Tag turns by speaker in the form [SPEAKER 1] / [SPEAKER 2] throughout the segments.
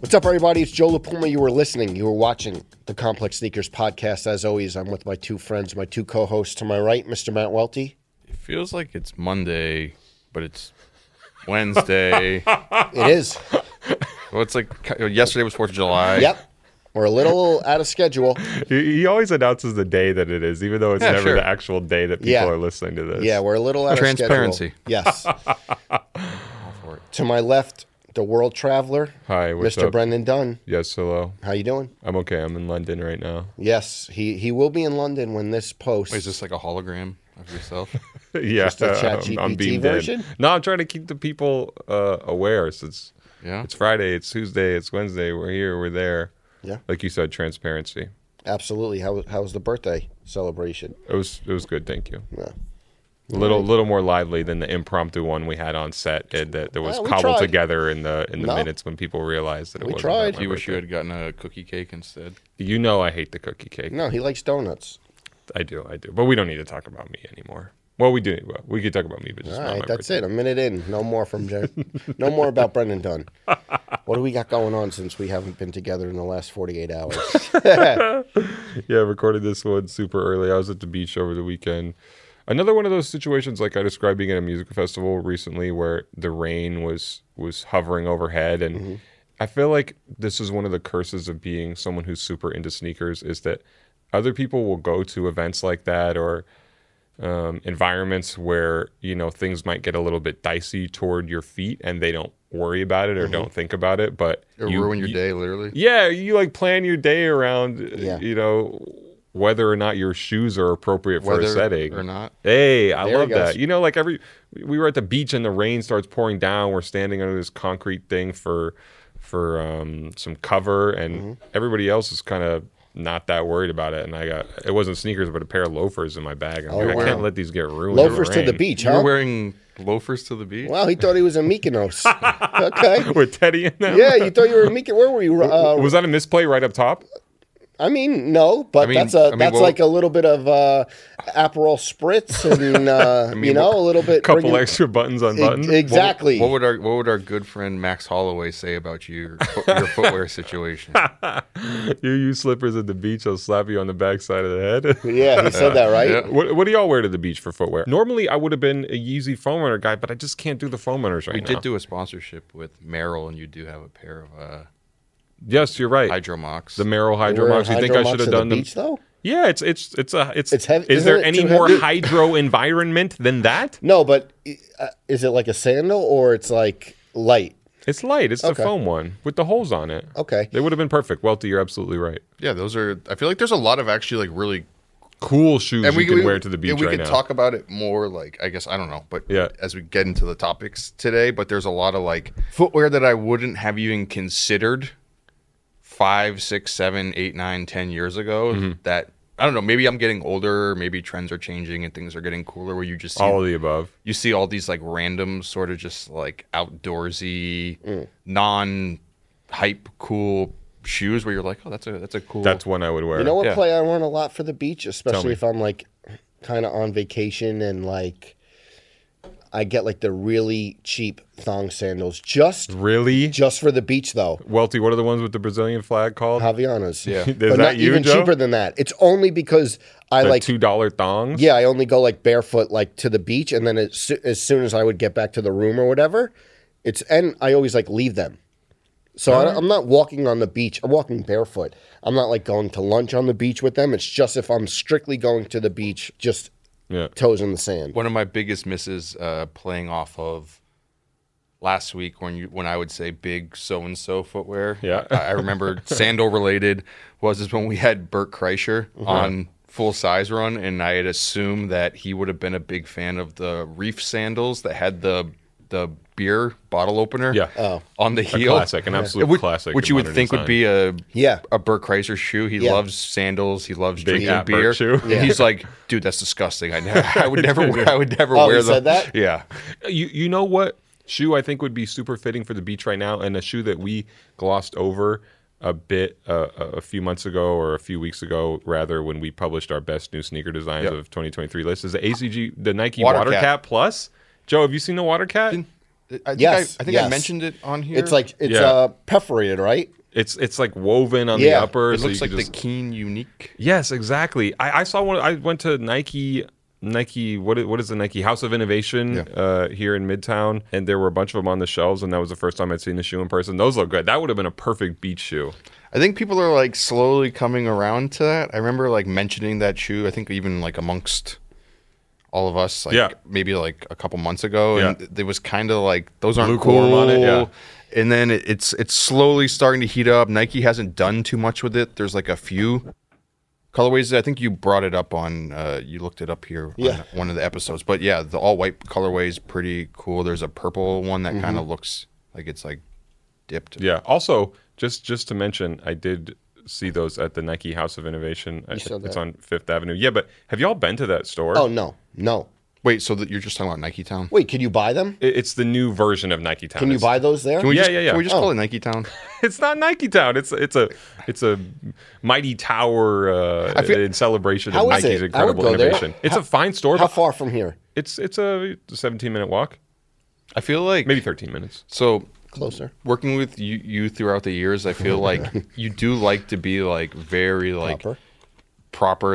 [SPEAKER 1] What's up, everybody? It's Joe LaPuma. You were listening, you were watching the Complex Sneakers podcast. As always, I'm with my two friends, my two co hosts. To my right, Mr. Matt Welty.
[SPEAKER 2] It feels like it's Monday, but it's Wednesday. well,
[SPEAKER 1] It is.
[SPEAKER 2] it's like yesterday was Fourth of July.
[SPEAKER 1] Yep. We're a little out of schedule.
[SPEAKER 3] He, he always announces the day that it is, even though it's
[SPEAKER 2] Yeah,
[SPEAKER 3] never
[SPEAKER 2] sure.
[SPEAKER 3] the actual day that people
[SPEAKER 1] Yeah.
[SPEAKER 3] are listening to this.
[SPEAKER 1] Yeah, we're a little out
[SPEAKER 2] Transparency.
[SPEAKER 1] of schedule. Yes. to my left, the world traveler,
[SPEAKER 3] Hi, what's
[SPEAKER 1] Mr.
[SPEAKER 3] up?
[SPEAKER 1] Brendan Dunn.
[SPEAKER 3] Yes, hello.
[SPEAKER 1] How you doing?
[SPEAKER 3] I'm okay. I'm in London right now.
[SPEAKER 1] Yes, he he will be in London when this posts.
[SPEAKER 2] Wait, is this like a hologram of yourself?
[SPEAKER 3] yeah,
[SPEAKER 1] a
[SPEAKER 3] I'm-
[SPEAKER 1] ChatGPT
[SPEAKER 3] I'm beamed
[SPEAKER 1] version?
[SPEAKER 3] in. No, I'm trying to keep the people uh, aware. So it's
[SPEAKER 2] Yeah.
[SPEAKER 3] it's Friday, it's Tuesday, it's Wednesday. We're here, we're there.
[SPEAKER 1] Yeah.
[SPEAKER 3] like you said, transparency.
[SPEAKER 1] Absolutely. How how was the birthday celebration?
[SPEAKER 3] It was it was good. Thank you.
[SPEAKER 1] Yeah.
[SPEAKER 3] A little little more lively than the impromptu one we had on set Ed, that that was
[SPEAKER 1] Well, we
[SPEAKER 3] cobbled
[SPEAKER 1] tried.
[SPEAKER 3] together in the in the
[SPEAKER 1] No.
[SPEAKER 3] minutes when people realized that it
[SPEAKER 1] We
[SPEAKER 3] wasn't
[SPEAKER 1] tried.
[SPEAKER 3] that
[SPEAKER 2] Do you wish you
[SPEAKER 3] much.
[SPEAKER 2] had gotten a cookie cake instead?
[SPEAKER 3] You know I hate the cookie cake.
[SPEAKER 1] No, he likes donuts.
[SPEAKER 3] I do, I do. But we don't need to talk about me anymore. Well, we do. Well, we could talk about me, but just
[SPEAKER 1] All
[SPEAKER 3] not
[SPEAKER 1] right,
[SPEAKER 3] my
[SPEAKER 1] that's
[SPEAKER 3] birthday.
[SPEAKER 1] it. A minute in. No more from Jer- no more about Brendan Dunn. What do we got going on since we haven't been together in the last 48 hours?
[SPEAKER 3] Yeah, I recorded this one super early. I was at the beach over the weekend. Another one of those situations, like I described being at a music festival recently, where the rain was was hovering overhead, and
[SPEAKER 2] Mm-hmm.
[SPEAKER 3] I feel like this is one of the curses of being someone who's super into sneakers is that other people will go to events like that or um, environments where you know things might get a little bit dicey toward your feet, and they don't worry about it or don't think about it, but
[SPEAKER 2] It
[SPEAKER 3] you-
[SPEAKER 2] Mm-hmm. ruin your
[SPEAKER 3] you-
[SPEAKER 2] day, literally.
[SPEAKER 3] yeah, you like plan your day around, uh,
[SPEAKER 1] Yeah.
[SPEAKER 3] you know, whether or not your shoes are appropriate for
[SPEAKER 2] Whether
[SPEAKER 3] a setting
[SPEAKER 2] or not.
[SPEAKER 3] Hey, I
[SPEAKER 1] There he
[SPEAKER 3] love
[SPEAKER 1] goes.
[SPEAKER 3] that. You know, like every we were at the beach and the rain starts pouring down. We're standing under this concrete thing for for um, some cover, and
[SPEAKER 1] Mm-hmm.
[SPEAKER 3] everybody else is kind of not that worried about it. And I got it wasn't sneakers, but a pair of loafers in my bag. I'm
[SPEAKER 1] Oh,
[SPEAKER 3] like,
[SPEAKER 1] wow.
[SPEAKER 3] I can't let these get ruined. in
[SPEAKER 1] Loafers to the
[SPEAKER 3] rain.
[SPEAKER 1] beach,
[SPEAKER 2] You were
[SPEAKER 1] huh?
[SPEAKER 2] wearing loafers to the beach?
[SPEAKER 1] Wow, he thought he was in Mykonos. okay.
[SPEAKER 3] with Teddy in them.
[SPEAKER 1] Yeah, you thought you were in Mykonos. Where were you? Uh,
[SPEAKER 3] Was that a misplay right up top?
[SPEAKER 1] I mean, no, but
[SPEAKER 2] I mean-
[SPEAKER 1] that's a
[SPEAKER 2] I mean,
[SPEAKER 1] that's
[SPEAKER 2] well-
[SPEAKER 1] like a little bit of uh, Aperol spritz and uh, you know a little bit.
[SPEAKER 3] Couple
[SPEAKER 1] bringing-
[SPEAKER 3] extra buttons on
[SPEAKER 1] Ex-
[SPEAKER 3] button.
[SPEAKER 1] Exactly.
[SPEAKER 2] What would our What would our good friend Max Holloway say about you, your footwear situation?
[SPEAKER 3] You use slippers at the beach, I'll slap you on the backside of the head.
[SPEAKER 1] yeah, he said that right.
[SPEAKER 2] Yeah.
[SPEAKER 3] what, what do y'all wear to the beach for footwear? Normally, I would have been a Yeezy foam runner guy, but I just can't do the foam runners right
[SPEAKER 2] We
[SPEAKER 3] now.
[SPEAKER 2] did do a sponsorship with Merrill, and you do have a pair of uh,
[SPEAKER 3] yes, you're right.
[SPEAKER 2] Hydromox.
[SPEAKER 3] the Merrill Hydro
[SPEAKER 1] Wearing
[SPEAKER 3] Mox. You think I
[SPEAKER 1] hydromox
[SPEAKER 3] should
[SPEAKER 1] to
[SPEAKER 3] have done
[SPEAKER 1] the
[SPEAKER 3] them?
[SPEAKER 1] beach though?
[SPEAKER 3] Yeah, it's it's it's a it's.
[SPEAKER 1] It's heavy-
[SPEAKER 3] is
[SPEAKER 1] isn't
[SPEAKER 3] there
[SPEAKER 1] it
[SPEAKER 3] any
[SPEAKER 1] too
[SPEAKER 3] more
[SPEAKER 1] heavy?
[SPEAKER 3] hydro environment than that?
[SPEAKER 1] No, but uh, is it like a sandal or it's like light?
[SPEAKER 3] It's light. It's
[SPEAKER 1] Okay.
[SPEAKER 3] the foam one with the holes on it.
[SPEAKER 1] Okay.
[SPEAKER 3] They would have been perfect. Welty, you're absolutely right.
[SPEAKER 2] yeah, those are. I feel like there's a lot of actually like really
[SPEAKER 3] Cool shoes you can wear to the beach
[SPEAKER 2] and we
[SPEAKER 3] right
[SPEAKER 2] could
[SPEAKER 3] now.
[SPEAKER 2] talk about it more like i guess i don't know but
[SPEAKER 3] Yeah.
[SPEAKER 2] as we get into the topics today but there's a lot of like footwear that i wouldn't have even considered five six seven eight nine ten years ago
[SPEAKER 3] Mm-hmm.
[SPEAKER 2] that i don't know maybe i'm getting older maybe trends are changing and things are getting cooler where you just see,
[SPEAKER 3] All of the above.
[SPEAKER 2] you see all these like random sort of just like outdoorsy non hype cool shoes where you're like oh that's a that's a cool
[SPEAKER 3] That's one I would wear.
[SPEAKER 1] You know what
[SPEAKER 2] Yeah.
[SPEAKER 1] play I run a lot for the beach, especially
[SPEAKER 3] me.
[SPEAKER 1] if I'm like kind of on vacation and like I get like the really cheap thong sandals just
[SPEAKER 3] Mm. Really,
[SPEAKER 1] just for the beach though.
[SPEAKER 3] Welty? What are the ones with the Brazilian flag called?
[SPEAKER 1] Javianas.
[SPEAKER 2] Yeah. Is
[SPEAKER 1] but
[SPEAKER 3] that
[SPEAKER 1] not
[SPEAKER 3] you,
[SPEAKER 1] even
[SPEAKER 3] Joe?
[SPEAKER 1] cheaper than that. It's only because I
[SPEAKER 3] the
[SPEAKER 1] like
[SPEAKER 3] two dollar thongs.
[SPEAKER 1] yeah, I only go like barefoot like to the beach and then as, soo- as soon as I would get back to the room or whatever, it's and I always like leave them. So I, don't- I'm not walking on the beach. I'm walking barefoot. I'm not like going to lunch on the beach with them. It's just if I'm strictly going to the beach, just
[SPEAKER 3] Yeah.
[SPEAKER 1] toes in the sand.
[SPEAKER 2] one of my biggest misses uh, playing off of last week when you when I would say big so and so footwear.
[SPEAKER 3] Yeah.
[SPEAKER 2] I, I remember sandal related was is when we had Burt Kreischer
[SPEAKER 3] Uh-huh.
[SPEAKER 2] on full size run, and I had assumed that he would have been a big fan of the reef sandals that had the the beer bottle opener
[SPEAKER 3] Yeah.
[SPEAKER 1] Oh.
[SPEAKER 2] on the heel.
[SPEAKER 3] classic, an absolute
[SPEAKER 2] Which-
[SPEAKER 3] classic
[SPEAKER 2] Which
[SPEAKER 3] in
[SPEAKER 2] you would
[SPEAKER 3] modern
[SPEAKER 2] think would
[SPEAKER 3] design.
[SPEAKER 2] be a
[SPEAKER 1] Yeah.
[SPEAKER 2] a Burt Kreischer shoe. He
[SPEAKER 1] Yeah.
[SPEAKER 2] loves sandals. He loves
[SPEAKER 3] Big
[SPEAKER 2] drinking
[SPEAKER 3] Cat Burt
[SPEAKER 2] beer.
[SPEAKER 3] shoe.
[SPEAKER 2] And he's like, dude, that's disgusting. I never, I would never, wear, I would never
[SPEAKER 1] Oh,
[SPEAKER 2] wear
[SPEAKER 1] he
[SPEAKER 2] the-
[SPEAKER 1] said that?
[SPEAKER 2] Yeah,
[SPEAKER 3] Uh, You you know what shoe I think would be super fitting for the beach right now, and a shoe that we glossed over a bit uh, a a few months ago or a few weeks ago, rather, when we published our best new sneaker designs
[SPEAKER 2] Yep.
[SPEAKER 3] of 2023 list is the ACG the Nike
[SPEAKER 2] Water
[SPEAKER 3] Water,
[SPEAKER 2] Cat.
[SPEAKER 3] Cat. Plus. Joe, have you seen the Water
[SPEAKER 2] I
[SPEAKER 3] Cat?
[SPEAKER 2] think
[SPEAKER 1] Yes,
[SPEAKER 2] I, I think I
[SPEAKER 1] yes.
[SPEAKER 2] mentioned it on here.
[SPEAKER 1] It's like it's
[SPEAKER 3] Yeah.
[SPEAKER 1] uh, perforated, right?
[SPEAKER 3] It's it's like woven on
[SPEAKER 1] Yeah.
[SPEAKER 3] the upper.
[SPEAKER 2] It
[SPEAKER 3] so
[SPEAKER 2] looks
[SPEAKER 3] you can
[SPEAKER 2] like
[SPEAKER 3] just-
[SPEAKER 2] the Keen Unique.
[SPEAKER 3] Yes, exactly. I, I saw one. I went to Nike. Nike, what is, what is the Nike House of Innovation uh, here in Midtown? And there were a bunch of them on the shelves, and that was the first time I'd seen a shoe in person. Those look good. That would have been a perfect beach shoe.
[SPEAKER 2] I think people are like slowly coming around to that. I remember like mentioning that shoe. I think even like amongst all of us, like
[SPEAKER 3] Yeah.
[SPEAKER 2] maybe like a couple months ago, and
[SPEAKER 3] Yeah.
[SPEAKER 2] it was kind of like those aren't
[SPEAKER 3] Lukewarm
[SPEAKER 2] cool.
[SPEAKER 3] on it, yeah.
[SPEAKER 2] And then it, it's it's slowly starting to heat up. Nike hasn't done too much with it. There's like a few colorways. I think you brought it up on. Uh, you looked it up here.
[SPEAKER 1] Yeah.
[SPEAKER 2] on one of the episodes. But yeah, the all white colorway is pretty cool. There's a purple one that kind of looks like it's like dipped.
[SPEAKER 3] Mm-hmm. Yeah. Also, just just to mention, I did see those at the Nike House of Innovation. I-
[SPEAKER 1] saw
[SPEAKER 3] It's
[SPEAKER 1] that.
[SPEAKER 3] on Fifth Avenue. Yeah, but have y'all been to that store?
[SPEAKER 1] Oh no, no.
[SPEAKER 2] Wait, so that you're just talking about Nike Town?
[SPEAKER 1] Wait, can you buy them?
[SPEAKER 3] It- It's the new version of Nike Town.
[SPEAKER 1] Can you
[SPEAKER 3] It's-
[SPEAKER 1] buy those there?
[SPEAKER 2] Can we
[SPEAKER 3] Yeah,
[SPEAKER 2] just,
[SPEAKER 3] yeah, yeah.
[SPEAKER 2] Can we just
[SPEAKER 1] Oh.
[SPEAKER 2] call it Nike Town?
[SPEAKER 3] It's not Nike Town. It's it's a it's a mighty tower uh,
[SPEAKER 2] feel-
[SPEAKER 3] in celebration of
[SPEAKER 1] How is
[SPEAKER 3] Nike's
[SPEAKER 1] it? I would
[SPEAKER 3] incredible
[SPEAKER 1] go there.
[SPEAKER 3] innovation. It's a fine store.
[SPEAKER 1] How
[SPEAKER 3] but
[SPEAKER 1] far from here?
[SPEAKER 3] It's it's a 17 minute walk,
[SPEAKER 2] I feel like
[SPEAKER 3] maybe 13 minutes.
[SPEAKER 2] so.
[SPEAKER 1] Closer.
[SPEAKER 2] Working with you, you throughout the years, I feel like you do like to be like very like proper.
[SPEAKER 1] Proper.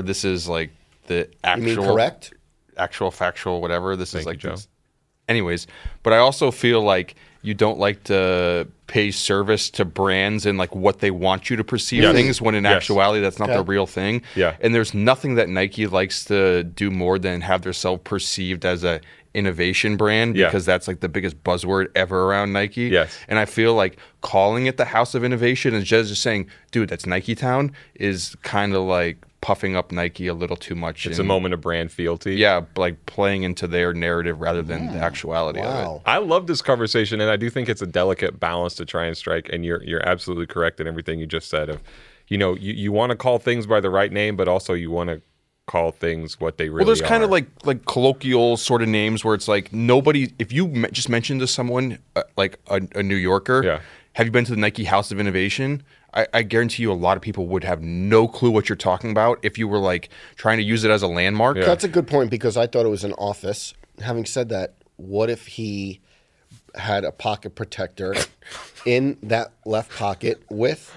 [SPEAKER 2] This is like the
[SPEAKER 1] You
[SPEAKER 2] actual
[SPEAKER 1] mean correct?
[SPEAKER 2] actual factual whatever. This is
[SPEAKER 3] you,
[SPEAKER 2] like
[SPEAKER 3] Joe.
[SPEAKER 2] this- Anyways, but I also feel like you don't like to pay service to brands and like what they want you to perceive
[SPEAKER 3] Yes.
[SPEAKER 2] things when in
[SPEAKER 3] Yes.
[SPEAKER 2] actuality that's not the
[SPEAKER 1] Okay.
[SPEAKER 2] real thing.
[SPEAKER 3] Yeah.
[SPEAKER 2] And there's nothing that Nike likes to do more than have themselves perceived as a innovation brand
[SPEAKER 3] Yeah.
[SPEAKER 2] because that's like the biggest buzzword ever around Nike.
[SPEAKER 3] Yes.
[SPEAKER 2] And I feel like calling it the house of innovation and just just saying, dude, that's Nike Town is kind of like puffing up Nike a little too much.
[SPEAKER 3] It's
[SPEAKER 1] Mm.
[SPEAKER 3] a
[SPEAKER 2] and-
[SPEAKER 3] moment of brand fealty.
[SPEAKER 2] yeah, like playing into their narrative rather than the actuality of it.
[SPEAKER 1] Wow.
[SPEAKER 3] I love this conversation, and I do think it's a delicate balance to try and strike. And you're you're absolutely correct in everything you just said. Of, you know, you, you want to call things by the right name, but also you want to call things what they really.
[SPEAKER 2] Well, there's kind
[SPEAKER 3] are.
[SPEAKER 2] of like like colloquial sort of names where it's like nobody. If you me- just mentioned to someone uh, like a, a New Yorker,
[SPEAKER 3] Yeah.
[SPEAKER 2] have you been to the Nike House of Innovation? I, I guarantee you, a lot of people would have no clue what you're talking about if you were like trying to use it as a landmark.
[SPEAKER 1] That's a good point because I thought it was an office. Having said that, what if he had a pocket protector in that left pocket with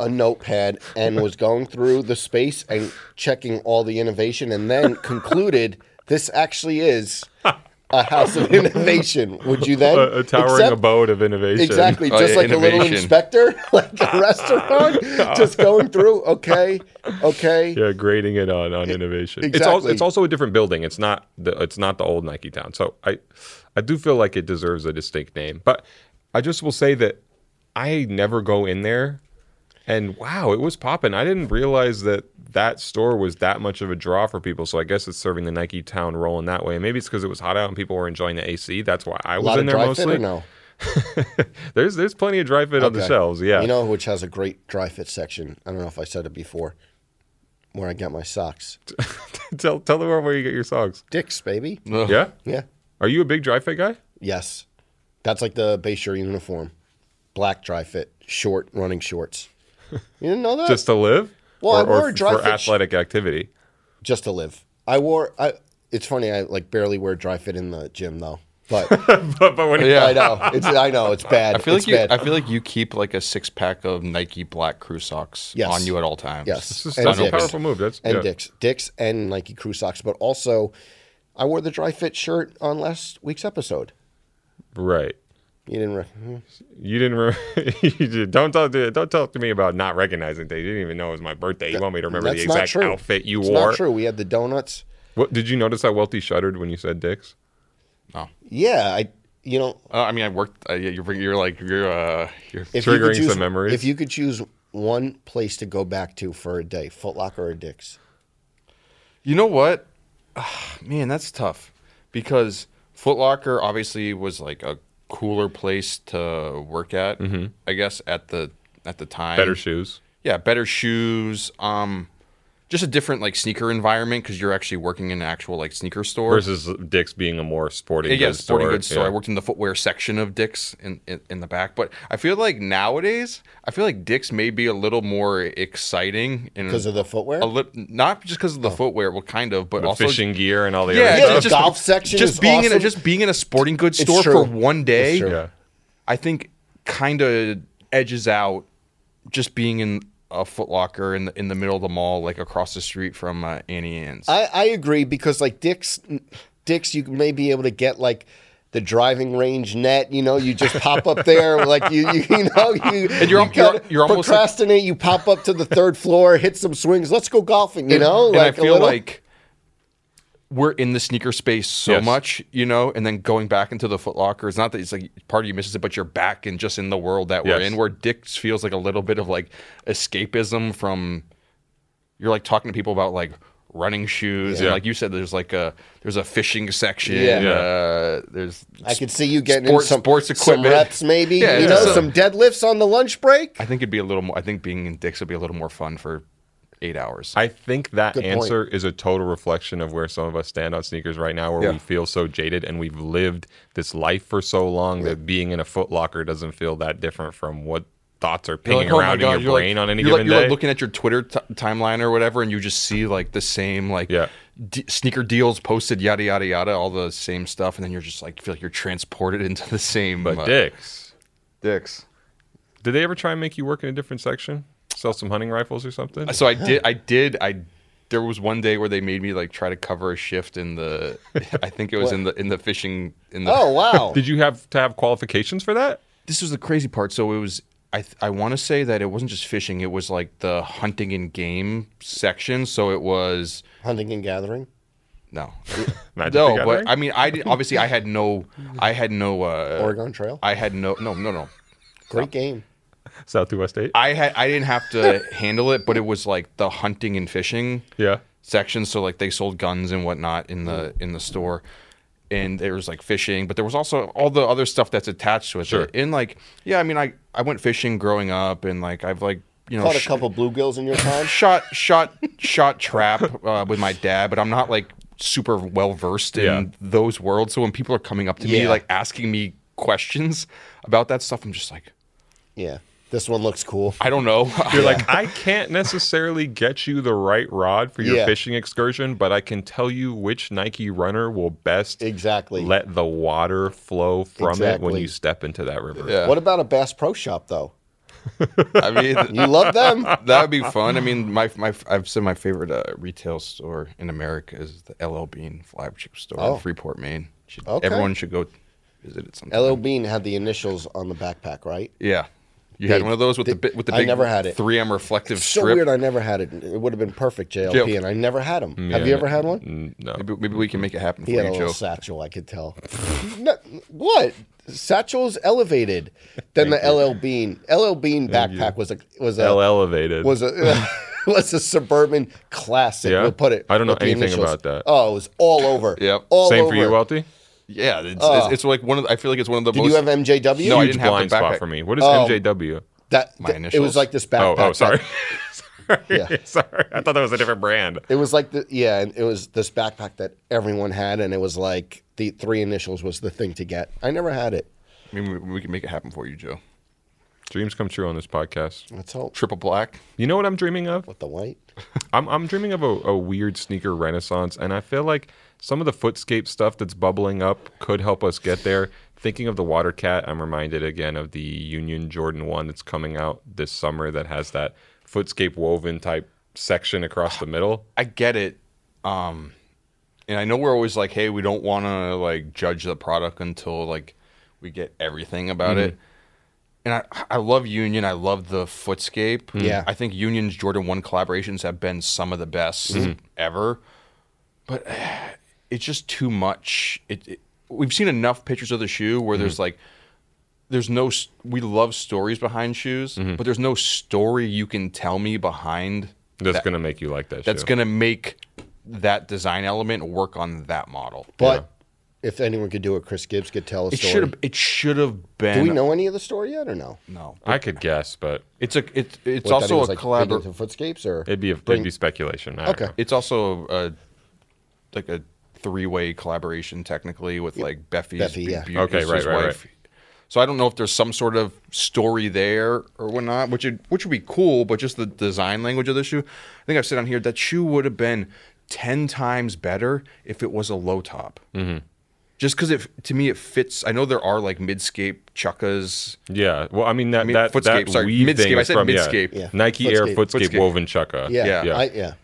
[SPEAKER 1] a notepad and was going through the space and checking all the innovation and then concluded this actually is a house of innovation? Would you then
[SPEAKER 3] a, a towering
[SPEAKER 1] accept-
[SPEAKER 3] abode of innovation.
[SPEAKER 1] Exactly,
[SPEAKER 2] Oh,
[SPEAKER 1] just
[SPEAKER 2] yeah,
[SPEAKER 1] like a little
[SPEAKER 2] innovation.
[SPEAKER 1] inspector, like a restaurant, just going through. Okay, okay.
[SPEAKER 3] Yeah, grading it on on innovation. It's also
[SPEAKER 1] E-, exactly.
[SPEAKER 3] it's also a different building. It's not the it's not the old Nike Town. So I I do feel like it deserves a distinct name. But I just will say that I never go in there. And wow, it was popping. I didn't realize that that store was that much of a draw for people. So I guess it's serving the Nike Town role in that way. Maybe it's because it was hot out and people were enjoying the AC. That's why I
[SPEAKER 1] A
[SPEAKER 3] was
[SPEAKER 1] lot
[SPEAKER 3] in
[SPEAKER 1] of
[SPEAKER 3] there
[SPEAKER 1] dry
[SPEAKER 3] mostly.
[SPEAKER 1] fit or no?
[SPEAKER 3] There's there's plenty of dry fit on the
[SPEAKER 1] Okay.
[SPEAKER 3] shelves. Yeah,
[SPEAKER 1] You know which has a great dry fit section. I don't know if I said it before. Where I get my socks.
[SPEAKER 3] tell tell the world where you get your socks.
[SPEAKER 1] Dicks, baby.
[SPEAKER 2] Ugh.
[SPEAKER 3] Yeah,
[SPEAKER 1] Yeah.
[SPEAKER 3] are you a big dry fit guy?
[SPEAKER 1] Yes. That's like the base shirt uniform. Black dry fit, short running shorts. You didn't know that?
[SPEAKER 3] just to live
[SPEAKER 1] Well, I
[SPEAKER 3] or, or
[SPEAKER 1] wore a dry
[SPEAKER 3] for
[SPEAKER 1] fit sh-
[SPEAKER 3] athletic activity
[SPEAKER 1] Just to live. I wore I it's funny, I like barely wear dry fit in the gym though. But
[SPEAKER 3] but, but when
[SPEAKER 1] I know. It's I know, it's bad.
[SPEAKER 2] I feel
[SPEAKER 1] it's
[SPEAKER 2] like you,
[SPEAKER 1] bad.
[SPEAKER 2] I feel like you keep like a six pack of Nike black crew socks
[SPEAKER 1] Yes.
[SPEAKER 2] on you at all times.
[SPEAKER 1] Yes.
[SPEAKER 3] It's
[SPEAKER 1] And
[SPEAKER 3] that's a
[SPEAKER 1] dicks.
[SPEAKER 3] powerful move that's
[SPEAKER 1] and
[SPEAKER 3] yeah.
[SPEAKER 1] Dicks, Dicks and Nike crew socks, but also I wore the dry fit shirt on last week's episode.
[SPEAKER 3] right
[SPEAKER 1] You didn't rec- hmm,
[SPEAKER 3] you didn't remember you did. don't talk to don't talk to me about not recognizing that you didn't even know it was my birthday you want me to remember the
[SPEAKER 1] That's not
[SPEAKER 3] exact
[SPEAKER 1] true.
[SPEAKER 3] outfit you
[SPEAKER 1] It's
[SPEAKER 3] wore
[SPEAKER 1] not true. We had the donuts.
[SPEAKER 3] What, did you notice how wealthy shuddered when you said dicks
[SPEAKER 1] Yeah, I. You know,
[SPEAKER 2] Uh, I mean, I worked. Uh, yeah, you're, you're like you're. Uh, you're
[SPEAKER 1] if you
[SPEAKER 3] Triggering
[SPEAKER 1] could choose,
[SPEAKER 3] some memories.
[SPEAKER 1] If you could choose one place to go back to for a day, Foot Locker or Dick's.
[SPEAKER 2] You know what? Ah, man, that's tough because Foot Locker obviously was like a cooler place to work at. I guess at the at the time,
[SPEAKER 3] Mm-hmm. better shoes
[SPEAKER 2] yeah, better shoes. Um, just a different like sneaker environment because you're actually working in an actual like sneaker store.
[SPEAKER 3] versus dicks being a more sporting
[SPEAKER 2] yeah,
[SPEAKER 3] goods
[SPEAKER 2] sporting
[SPEAKER 3] store
[SPEAKER 2] goods store.
[SPEAKER 3] yeah.
[SPEAKER 2] I worked in the footwear section of Dick's in, in, in the back, but I feel like nowadays, I feel like Dick's may be a little more exciting in-
[SPEAKER 1] Because of the footwear?
[SPEAKER 2] a li- not just because of the footwear, well, kind of, but
[SPEAKER 3] Oh. the
[SPEAKER 2] also
[SPEAKER 3] fishing gear and all the
[SPEAKER 2] yeah,
[SPEAKER 3] other
[SPEAKER 1] Yeah,
[SPEAKER 3] stuff.
[SPEAKER 1] the golf section
[SPEAKER 2] Just
[SPEAKER 1] is
[SPEAKER 2] being in a,
[SPEAKER 1] awesome.
[SPEAKER 2] just being in a sporting goods store
[SPEAKER 1] true.
[SPEAKER 2] for one day,
[SPEAKER 1] true.
[SPEAKER 3] yeah
[SPEAKER 2] I think kind of edges out just being in a Foot Locker in the, in the middle of the mall, like across the street from uh, Annie Ann's.
[SPEAKER 1] I, I agree because like Dick's Dick's you may be able to get like the driving range net, you know, you just pop up there like you you, you know you
[SPEAKER 2] And you're
[SPEAKER 1] you
[SPEAKER 2] al- you're-
[SPEAKER 1] kinda
[SPEAKER 2] you're almost like-
[SPEAKER 1] procrastinate, you pop up to the third floor, hit some swings, let's go golfing, you know?
[SPEAKER 2] and I
[SPEAKER 1] a
[SPEAKER 2] feel
[SPEAKER 1] little-
[SPEAKER 2] like we're in the sneaker space so
[SPEAKER 3] Yes.
[SPEAKER 2] much, you know, and then going back into the Foot Locker. It's not that it's like part of you misses it, but you're back and just in the world that we're
[SPEAKER 3] Yes.
[SPEAKER 2] in, where Dick's feels like a little bit of like escapism from. You're like talking to people about like running shoes, and
[SPEAKER 3] Yeah.
[SPEAKER 2] like you said, there's like a there's a fishing section.
[SPEAKER 1] Yeah. Yeah.
[SPEAKER 2] Uh, there's
[SPEAKER 1] I could see you getting
[SPEAKER 2] sports-
[SPEAKER 1] in some
[SPEAKER 2] sports equipment.
[SPEAKER 1] some reps maybe,
[SPEAKER 2] Yeah,
[SPEAKER 1] you
[SPEAKER 2] yeah.
[SPEAKER 1] know,
[SPEAKER 2] So-
[SPEAKER 1] some deadlifts on the lunch break.
[SPEAKER 2] I think it'd be a little more. I think being in Dick's would be a little more fun for eight hours.
[SPEAKER 3] I think that
[SPEAKER 1] Good point.
[SPEAKER 3] answer is a total reflection of where some of us stand on sneakers right now, where
[SPEAKER 2] Yeah.
[SPEAKER 3] we feel so jaded and we've lived this life for so long that being in a Foot Locker doesn't feel that different from what thoughts are
[SPEAKER 2] You're
[SPEAKER 3] pinging
[SPEAKER 2] like, "Oh my
[SPEAKER 3] around
[SPEAKER 2] God,"
[SPEAKER 3] in your
[SPEAKER 2] you're like-
[SPEAKER 3] brain on any
[SPEAKER 2] you're like,
[SPEAKER 3] given
[SPEAKER 2] you're like
[SPEAKER 3] day.
[SPEAKER 2] looking at your Twitter t- timeline or whatever, and you just see like the same like
[SPEAKER 3] Yeah.
[SPEAKER 2] d- sneaker deals posted, yada yada yada, all the same stuff, and then you're just like feel like you're transported into the same.
[SPEAKER 3] but
[SPEAKER 2] uh,
[SPEAKER 3] dicks.
[SPEAKER 2] dicks.
[SPEAKER 3] Did they ever try and make you work in a different section? Sell some hunting rifles or something?
[SPEAKER 2] So I did. I did. I there was one day where they made me like try to cover a shift in the. I think it was in the in the fishing in the.
[SPEAKER 1] Oh wow.
[SPEAKER 3] Did you have to have qualifications for that?
[SPEAKER 2] this was the crazy part. So it was I th- I want to say that it wasn't just fishing. It was like the hunting and game section. So it was
[SPEAKER 1] Hunting and gathering.
[SPEAKER 2] no.
[SPEAKER 3] Magic the
[SPEAKER 2] no, but
[SPEAKER 3] Gathering?
[SPEAKER 2] I mean, I did, obviously I had no, I had no, uh,
[SPEAKER 1] Oregon Trail.
[SPEAKER 2] I had no, no, no, no.
[SPEAKER 1] Great game.
[SPEAKER 3] South to West 8?
[SPEAKER 2] I had, I didn't have to handle it, but it was like the hunting and fishing
[SPEAKER 3] yeah.
[SPEAKER 2] section. So like they sold guns and whatnot in the in the store, and there was like fishing, but there was also all the other stuff that's attached to it.
[SPEAKER 3] Sure.
[SPEAKER 2] And like, yeah, I mean, I I went fishing growing up, and like I've like you know
[SPEAKER 1] Caught a
[SPEAKER 2] sh-
[SPEAKER 1] couple bluegills in your time.
[SPEAKER 2] shot shot shot trap uh, with my dad, but I'm not like super well versed in
[SPEAKER 3] Yeah.
[SPEAKER 2] those worlds. So when people are coming up to me
[SPEAKER 1] Yeah.
[SPEAKER 2] like asking me questions about that stuff, I'm just like,
[SPEAKER 1] Yeah. This one looks cool.
[SPEAKER 2] I don't know.
[SPEAKER 3] You're like, I can't necessarily get you the right rod for your
[SPEAKER 1] Yeah.
[SPEAKER 3] fishing excursion, but I can tell you which Nike runner will best
[SPEAKER 1] Exactly.
[SPEAKER 3] let the water flow from it when
[SPEAKER 1] Exactly.
[SPEAKER 3] you step into that river.
[SPEAKER 2] Yeah.
[SPEAKER 1] What about a Bass Pro Shop though?
[SPEAKER 2] I mean,
[SPEAKER 1] You love them?
[SPEAKER 2] that would be fun. I mean, my my I've said my favorite uh, retail store in America is the LL Bean flagship store
[SPEAKER 1] Oh.
[SPEAKER 2] in Freeport, Maine. Should,
[SPEAKER 1] Okay.
[SPEAKER 2] Everyone should go visit it sometime.
[SPEAKER 1] LL Bean had the initials on the backpack, right?
[SPEAKER 2] yeah. You
[SPEAKER 1] Big.
[SPEAKER 2] had one of those with the
[SPEAKER 1] Did-
[SPEAKER 2] bit with the
[SPEAKER 1] I
[SPEAKER 2] big
[SPEAKER 1] never had it.
[SPEAKER 2] 3M reflective
[SPEAKER 1] So
[SPEAKER 2] strip.
[SPEAKER 1] weird, I never had it. It would have been perfect, JLP,
[SPEAKER 2] Joe.
[SPEAKER 1] and I never had them. have you ever had one?
[SPEAKER 3] Mm, No.
[SPEAKER 2] Maybe, maybe we can make it happen for
[SPEAKER 1] He had a
[SPEAKER 2] you,
[SPEAKER 1] little
[SPEAKER 2] Joe.
[SPEAKER 1] satchel, I could tell. No, what? Satchel's elevated than the LL Bean. LL Bean backpack was a was a
[SPEAKER 3] L elevated.
[SPEAKER 1] was a was a suburban classic.
[SPEAKER 3] Yeah?
[SPEAKER 1] We'll put it.
[SPEAKER 3] I don't know
[SPEAKER 1] with the
[SPEAKER 3] anything
[SPEAKER 1] initials.
[SPEAKER 3] about that.
[SPEAKER 1] Oh, it was all over.
[SPEAKER 2] Yep.
[SPEAKER 1] All
[SPEAKER 3] Same
[SPEAKER 1] over.
[SPEAKER 3] for you, Welty?
[SPEAKER 2] Yeah, it's, it's, it's like one of. The, I feel like it's one of the
[SPEAKER 1] Oh. Did
[SPEAKER 2] most.
[SPEAKER 1] you have MJW?
[SPEAKER 2] No, I
[SPEAKER 3] Huge
[SPEAKER 2] didn't have the
[SPEAKER 3] blind spot
[SPEAKER 2] backpack.
[SPEAKER 3] for me. What is
[SPEAKER 1] Oh.
[SPEAKER 3] MJW?
[SPEAKER 1] That
[SPEAKER 2] My
[SPEAKER 1] th- It
[SPEAKER 2] initials?
[SPEAKER 1] was like this
[SPEAKER 3] Oh,
[SPEAKER 1] backpack.
[SPEAKER 3] oh,
[SPEAKER 1] that-
[SPEAKER 3] sorry. sorry.
[SPEAKER 1] Yeah.
[SPEAKER 3] Sorry. I thought that was a different brand.
[SPEAKER 1] It was like the yeah, and it was this backpack that everyone had, and it was like the three initials was the thing to get. I never had it.
[SPEAKER 2] I mean, we, we can make it happen for you, Joe.
[SPEAKER 3] Dreams come true on this podcast.
[SPEAKER 1] Let's hope
[SPEAKER 2] Triple black.
[SPEAKER 3] You know what I'm dreaming of?
[SPEAKER 1] with the white.
[SPEAKER 3] I'm I'm dreaming of a, a weird sneaker renaissance, and I feel like some of the Footscape stuff that's bubbling up could help us get there. Thinking of the Water Cat, I'm reminded again of the Union Jordan One that's coming out this summer that has that Footscape woven type section across the middle.
[SPEAKER 2] I get it. Um, and I know we're always like, hey, we don't want to like judge the product until like we get everything about it. And I, I love Union. I love the Footscape.
[SPEAKER 1] Yeah.
[SPEAKER 2] I think Union's Jordan One collaborations have been some of the best ever. But eh, it's just too much. It, it we've seen enough pictures of the shoe where there's like there's no s- we love stories behind shoes, but there's no story you can tell me behind
[SPEAKER 3] That's gonna make you like that.
[SPEAKER 2] that's
[SPEAKER 3] shoe.
[SPEAKER 2] going to make that design element work on that model.
[SPEAKER 1] But if anyone could do it, Chris Gibbs could tell a
[SPEAKER 2] It
[SPEAKER 1] story.
[SPEAKER 2] should have. It should have been.
[SPEAKER 1] Do we know any of the story yet or no?
[SPEAKER 2] No.
[SPEAKER 3] I could guess, but
[SPEAKER 2] It's a. It, it's
[SPEAKER 1] What, that he
[SPEAKER 2] also a
[SPEAKER 1] was, like, big
[SPEAKER 2] collabor.
[SPEAKER 1] into Footscapes or
[SPEAKER 3] it'd be a, it'd be speculation. I don't
[SPEAKER 1] Okay.
[SPEAKER 3] know.
[SPEAKER 2] It's also a, like a three-way collaboration technically with like Beffy's
[SPEAKER 1] Beffy,
[SPEAKER 2] bu-
[SPEAKER 1] yeah.
[SPEAKER 2] bu-
[SPEAKER 3] Okay,
[SPEAKER 2] his
[SPEAKER 3] right, right,
[SPEAKER 2] wife. So I don't know if there's some sort of story there or whatnot, which would, which would be cool, but just the design language of the shoe. I think I've said on here
[SPEAKER 3] Mm-hmm.
[SPEAKER 2] that shoe would have been ten times better if it was a low top. just because it to me it fits. I know there are like midscape chukkas.
[SPEAKER 3] Yeah. Well, I mean that
[SPEAKER 2] mean,
[SPEAKER 3] that,
[SPEAKER 2] Footscape,
[SPEAKER 3] that
[SPEAKER 2] sorry,
[SPEAKER 3] weave
[SPEAKER 2] Midscape,
[SPEAKER 3] thing
[SPEAKER 2] I
[SPEAKER 3] is
[SPEAKER 2] said
[SPEAKER 3] from yeah,
[SPEAKER 2] Midscape.
[SPEAKER 1] Yeah.
[SPEAKER 3] Nike Air
[SPEAKER 1] Footscape.
[SPEAKER 3] Footscape,
[SPEAKER 2] Footscape.
[SPEAKER 3] woven chukka.
[SPEAKER 1] Yeah,
[SPEAKER 2] Yeah.
[SPEAKER 1] yeah. I, yeah.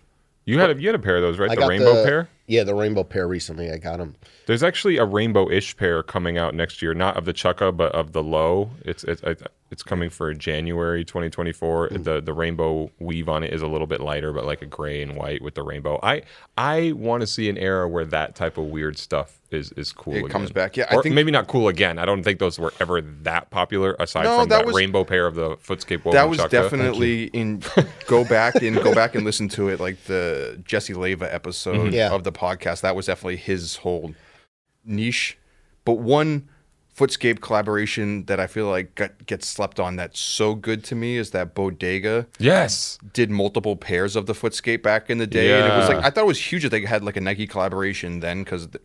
[SPEAKER 3] You had a, you had a pair of those, right?
[SPEAKER 1] I
[SPEAKER 3] the rainbow pair.
[SPEAKER 1] Yeah, the rainbow pair recently. I got them.
[SPEAKER 3] There's actually a rainbow-ish pair coming out next year, not of the Chukka, but of the Low. It's it's I- it's coming for January 2024.
[SPEAKER 2] Hmm.
[SPEAKER 3] The the rainbow weave on it is a little bit lighter, but like a gray and white with the rainbow. I I want to see an era where that type of weird stuff is is cool.
[SPEAKER 2] It
[SPEAKER 3] again.
[SPEAKER 2] comes back. Yeah, I
[SPEAKER 3] or
[SPEAKER 2] think-
[SPEAKER 3] maybe not cool again. I don't think those were ever that popular aside
[SPEAKER 2] No,
[SPEAKER 3] from
[SPEAKER 2] that
[SPEAKER 3] that,
[SPEAKER 2] was-
[SPEAKER 3] rainbow pair of the Footscape. Woven
[SPEAKER 2] That was
[SPEAKER 3] Chukka.
[SPEAKER 2] definitely in. Go back and go back and listen to it, like the Jesse Leva
[SPEAKER 3] Mm-hmm.
[SPEAKER 2] episode
[SPEAKER 1] Yeah.
[SPEAKER 2] of the podcast. That was definitely his whole niche. But one Footscape collaboration that I feel like got, gets slept on that's so good to me is that Bodega
[SPEAKER 3] yes.
[SPEAKER 2] did multiple pairs of the Footscape back in the day, and it was
[SPEAKER 3] Yeah.
[SPEAKER 2] like I thought it was huge that they had like a Nike collaboration then because I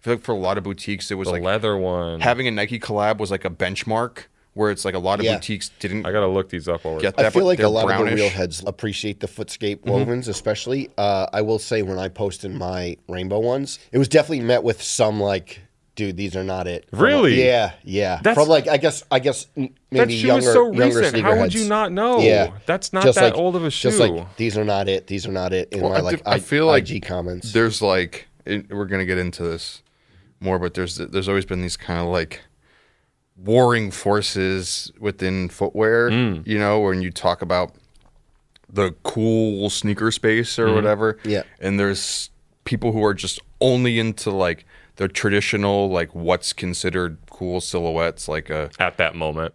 [SPEAKER 2] feel like for a lot of boutiques it was
[SPEAKER 3] The
[SPEAKER 2] like
[SPEAKER 3] leather one.
[SPEAKER 2] having a Nike collab was like a benchmark where it's like a lot of
[SPEAKER 1] Yeah.
[SPEAKER 2] boutiques didn't
[SPEAKER 3] I gotta look these up. While we're
[SPEAKER 2] get that.
[SPEAKER 1] I feel
[SPEAKER 2] but
[SPEAKER 1] like
[SPEAKER 2] they're
[SPEAKER 1] a lot
[SPEAKER 2] brownish.
[SPEAKER 1] of the real heads appreciate the footscape
[SPEAKER 3] Mm-hmm.
[SPEAKER 1] wovens, especially. Uh, I will say when I posted my rainbow ones, it was definitely met with some like, "Dude, these are not it." From,
[SPEAKER 3] Really?
[SPEAKER 1] Yeah, yeah.
[SPEAKER 3] That's-
[SPEAKER 1] From like, I guess, I guess m- maybe
[SPEAKER 3] that shoe
[SPEAKER 1] younger,
[SPEAKER 3] is so
[SPEAKER 1] younger
[SPEAKER 3] recent. How would
[SPEAKER 1] sneakerheads.
[SPEAKER 3] you not know?
[SPEAKER 1] Yeah,
[SPEAKER 3] That's not
[SPEAKER 1] Just
[SPEAKER 3] that
[SPEAKER 1] like-
[SPEAKER 3] old of a shoe.
[SPEAKER 1] Just like these are not it. These are not it. In
[SPEAKER 2] Well,
[SPEAKER 1] my
[SPEAKER 2] I
[SPEAKER 1] like,
[SPEAKER 2] do- I feel like
[SPEAKER 1] IG comments.
[SPEAKER 2] there's like it, we're gonna get into this more, but there's there's always been these kind of like warring forces within footwear. You know, when you talk about the cool sneaker space or whatever,
[SPEAKER 1] Yeah.
[SPEAKER 2] and there's people who are just only into like the traditional like what's considered cool silhouettes, like a
[SPEAKER 3] at that moment.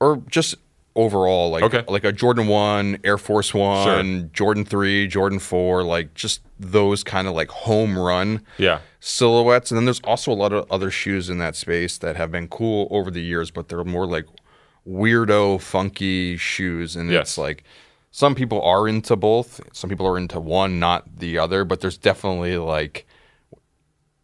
[SPEAKER 2] or just overall like
[SPEAKER 3] Okay.
[SPEAKER 2] like a Jordan 1, Air Force 1, Jordan 3, Jordan 4, like just those kind of like home run
[SPEAKER 3] Yeah.
[SPEAKER 2] silhouettes and then there's also a lot of other shoes in that space that have been cool over the years but they're more like weirdo funky shoes and
[SPEAKER 3] Yes.
[SPEAKER 2] it's like some people are into both, some people are into one not the other, but there's definitely like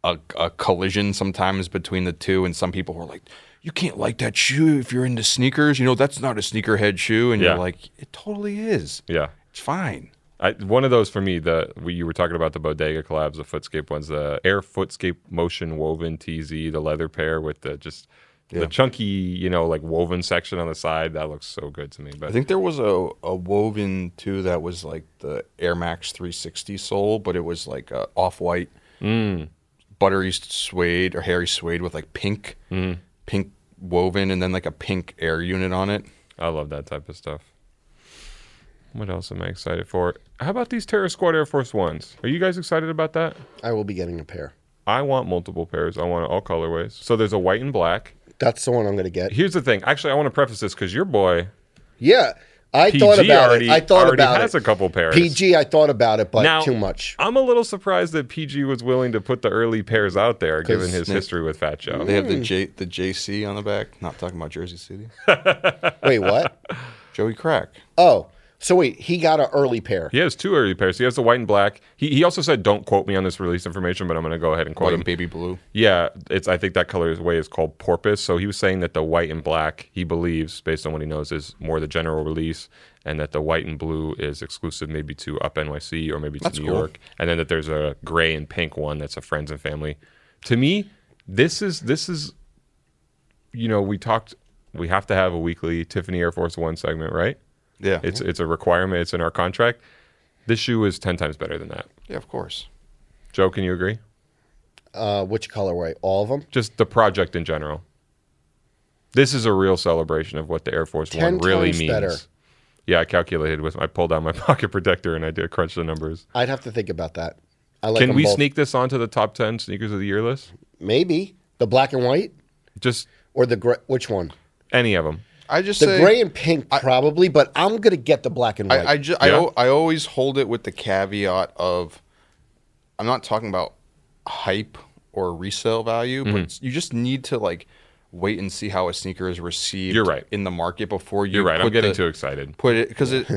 [SPEAKER 2] a, a collision sometimes between the two. And some people were like, you can't like that shoe if you're into sneakers. You know, that's not a sneakerhead shoe. And
[SPEAKER 3] Yeah.
[SPEAKER 2] you're like, it totally is.
[SPEAKER 3] Yeah.
[SPEAKER 2] It's fine.
[SPEAKER 3] I, one of those for me, the we, you were talking about the Bodega collabs, the Footscape ones, the Air Footscape Motion Woven TZ, the leather pair with the just the chunky, you know, like woven section on the side. That looks so good to me.
[SPEAKER 2] I
[SPEAKER 3] But
[SPEAKER 2] think there was a, a woven too that was like the Air Max 360 sole, but it was like a off white, Mm. buttery suede or hairy suede with like pink, pink woven, and then like a pink air unit on it.
[SPEAKER 3] I love that type of stuff. What else am I excited for? How about these Terror Squad Air Force Ones? Are you guys excited about that?
[SPEAKER 1] I will be getting a pair.
[SPEAKER 3] I want multiple pairs. I want all colorways. So there's a white and black.
[SPEAKER 1] That's the one I'm going to get.
[SPEAKER 3] Here's the thing. Actually, I want to preface this because your boy
[SPEAKER 1] Yeah, I
[SPEAKER 3] PG
[SPEAKER 1] thought about
[SPEAKER 3] already,
[SPEAKER 1] it. I thought
[SPEAKER 3] already
[SPEAKER 1] about
[SPEAKER 3] has
[SPEAKER 1] it.
[SPEAKER 3] a couple pairs.
[SPEAKER 1] PG, I thought about it, but
[SPEAKER 3] Now-
[SPEAKER 1] too much.
[SPEAKER 3] I'm a little surprised that PG was willing to put the early pairs out there, given
[SPEAKER 2] 'Cause
[SPEAKER 3] his
[SPEAKER 2] they-
[SPEAKER 3] history with Fat Joe.
[SPEAKER 2] They have the J the JC on the back. Not talking about Jersey City.
[SPEAKER 1] Wait, what?
[SPEAKER 2] Joey Crack.
[SPEAKER 1] Oh, so wait, he got an early pair.
[SPEAKER 3] He has two early pairs. He has the white and black. He, he also said, "Don't quote me on this release information," but I'm going to go ahead and quote
[SPEAKER 2] White
[SPEAKER 3] him.
[SPEAKER 2] and baby blue.
[SPEAKER 3] Yeah, it's I think that colorway is called porpoise. So he was saying that the white and black he believes, based on what he knows, is more the general release, and that the white and blue is exclusive maybe to Up NYC or maybe to New
[SPEAKER 2] cool.
[SPEAKER 3] York, and then that there's a gray and pink one that's a friends and family. To me, this is this is, you know, we talked. We have to have a weekly Tiffany Air Force One segment, right?
[SPEAKER 2] Yeah.
[SPEAKER 3] It's it's a requirement. It's in our contract. This shoe is ten times better than that.
[SPEAKER 2] yeah, of course.
[SPEAKER 3] Joe, can you agree?
[SPEAKER 1] Uh, which colorway? All of them?
[SPEAKER 3] just the project in general. This is a real celebration of what the Air Force One
[SPEAKER 1] Ten
[SPEAKER 3] really
[SPEAKER 1] times
[SPEAKER 3] means.
[SPEAKER 1] better.
[SPEAKER 3] Yeah, I calculated with I pulled out my pocket protector and I did crunch the numbers.
[SPEAKER 1] I'd have to think about that. I like
[SPEAKER 3] Can
[SPEAKER 1] them
[SPEAKER 3] we
[SPEAKER 1] both.
[SPEAKER 3] sneak this onto the top ten sneakers of the year list?
[SPEAKER 1] Maybe the black and white
[SPEAKER 3] Just
[SPEAKER 1] or the gray. Which one?
[SPEAKER 3] any of them.
[SPEAKER 2] I just
[SPEAKER 1] The
[SPEAKER 2] say
[SPEAKER 1] gray and pink, probably. But I'm gonna get the black and white.
[SPEAKER 2] I I, ju- I,
[SPEAKER 3] Yeah.
[SPEAKER 2] al- I always hold it with the caveat of I'm not talking about hype or resale value, but
[SPEAKER 3] Mm-hmm.
[SPEAKER 2] you just need to like wait and see how a sneaker is received
[SPEAKER 3] You're right.
[SPEAKER 2] in the market before you
[SPEAKER 3] You're right. I'm
[SPEAKER 2] put
[SPEAKER 3] getting
[SPEAKER 2] the-
[SPEAKER 3] too excited.
[SPEAKER 2] put it because it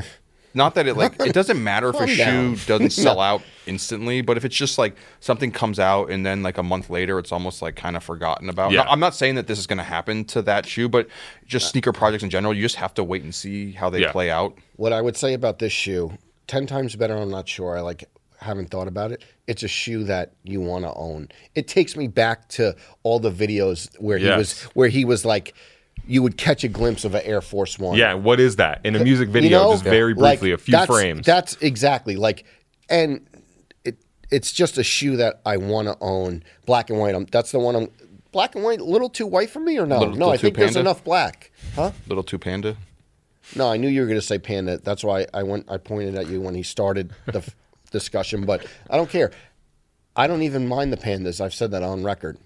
[SPEAKER 2] not that it like it doesn't matter if a
[SPEAKER 1] Calm
[SPEAKER 2] shoe
[SPEAKER 1] down.
[SPEAKER 2] doesn't sell out instantly but if it's just like something comes out and then like a month later it's almost like kind of forgotten about
[SPEAKER 3] Yeah.
[SPEAKER 2] Now, i'm not saying that this is going to happen to that shoe but
[SPEAKER 1] Uh,
[SPEAKER 2] just sneaker projects in general you just have to wait and see how they
[SPEAKER 3] Yeah.
[SPEAKER 2] play out
[SPEAKER 1] what I would say about this shoe, ten times better. I'm not sure. I like haven't thought about it. It's a shoe that you want to own. It takes me back to all the videos where he was
[SPEAKER 3] Yes.
[SPEAKER 1] where he was like, you would catch a glimpse of an Air Force One.
[SPEAKER 3] Yeah, what is that in a music video?
[SPEAKER 1] You know?
[SPEAKER 3] just very briefly,
[SPEAKER 1] Like,
[SPEAKER 3] a few
[SPEAKER 1] that's-
[SPEAKER 3] frames.
[SPEAKER 1] That's exactly like, and it it's just a shoe that I want to own. Black and white. i that's the one. I'm black and white. Little too white for me or no?
[SPEAKER 2] Little-
[SPEAKER 1] no,
[SPEAKER 2] little
[SPEAKER 1] I
[SPEAKER 2] too
[SPEAKER 1] think there's
[SPEAKER 2] panda?
[SPEAKER 1] enough black. Huh?
[SPEAKER 2] Little two panda.
[SPEAKER 1] No, I knew you were going to say panda. That's why I went. I pointed at you when he started the f- discussion, but I don't care. I don't even mind the pandas. I've said that on record.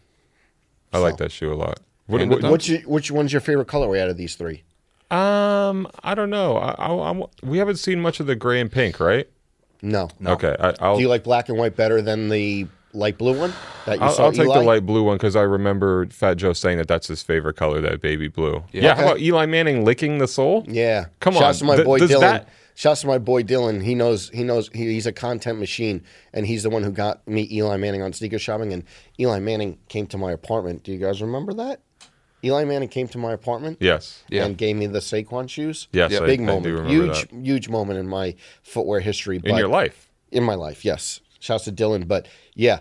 [SPEAKER 3] I like that shoe a lot. What,
[SPEAKER 2] And the
[SPEAKER 3] what-
[SPEAKER 2] dunk.
[SPEAKER 1] Which which one's your favorite colorway out of these three?
[SPEAKER 3] um, I don't know. I, I, I, we haven't seen much of the gray and pink, right?
[SPEAKER 1] No.
[SPEAKER 3] Okay, I, I'll
[SPEAKER 1] Do you like black and white better than the light blue one that you
[SPEAKER 3] I'll,
[SPEAKER 1] saw?
[SPEAKER 3] I'll take
[SPEAKER 1] Eli?
[SPEAKER 3] the light blue one because I remember Fat Joe saying that that's his favorite color, that baby blue. Yeah. How
[SPEAKER 1] Okay.
[SPEAKER 3] about Eli Manning licking the sole?
[SPEAKER 1] Yeah.
[SPEAKER 3] Come
[SPEAKER 1] Shouts to
[SPEAKER 3] on.
[SPEAKER 1] my
[SPEAKER 3] Th-
[SPEAKER 1] boy
[SPEAKER 3] does
[SPEAKER 1] Dylan.
[SPEAKER 3] that-
[SPEAKER 1] Shouts to my boy Dylan. He knows. He knows. He, he's a content machine, and he's the one who got me Eli Manning on sneaker shopping. And Eli Manning came to my apartment. Do you guys remember that? Eli Manning came to my apartment.
[SPEAKER 3] Yes.
[SPEAKER 2] Yeah.
[SPEAKER 1] And gave me the Saquon shoes.
[SPEAKER 3] Yes, I-
[SPEAKER 1] Big
[SPEAKER 3] I do
[SPEAKER 1] moment.
[SPEAKER 3] remember
[SPEAKER 1] huge, huge moment in my footwear history.
[SPEAKER 3] In your life.
[SPEAKER 1] In my life, yes. Shouts to Dylan. But yeah,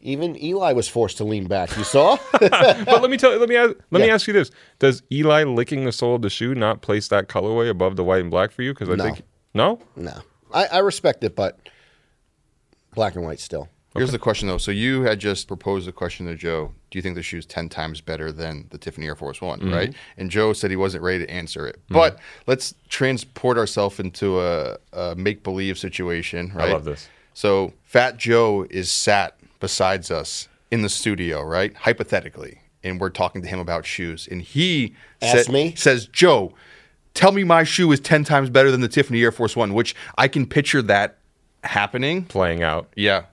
[SPEAKER 1] even Eli was forced to lean back. You saw?
[SPEAKER 3] but let me tell you, let me ask, let me
[SPEAKER 1] Yeah.
[SPEAKER 3] ask you this: Does Eli licking the sole of the shoe not place that colorway above the white and black for you? Because I
[SPEAKER 1] No.
[SPEAKER 3] think no.
[SPEAKER 1] no, I, I respect it, but black and white still.
[SPEAKER 2] Here's the question though. So you had just proposed the question to Joe. Do you think the shoe's ten times better than the Tiffany Air Force One, right? And Joe said he wasn't ready to answer it. But let's transport ourselves into a, a make believe situation, right?
[SPEAKER 3] love this.
[SPEAKER 2] So Fat Joe is sat besides us in the studio, right? Hypothetically, and we're talking to him about shoes, and he
[SPEAKER 1] Asked
[SPEAKER 2] sa-
[SPEAKER 1] me?
[SPEAKER 2] says, "Joe, tell me my shoe is ten times better than the Tiffany Air Force One," which I can picture that happening.
[SPEAKER 3] Playing out.
[SPEAKER 2] Yeah.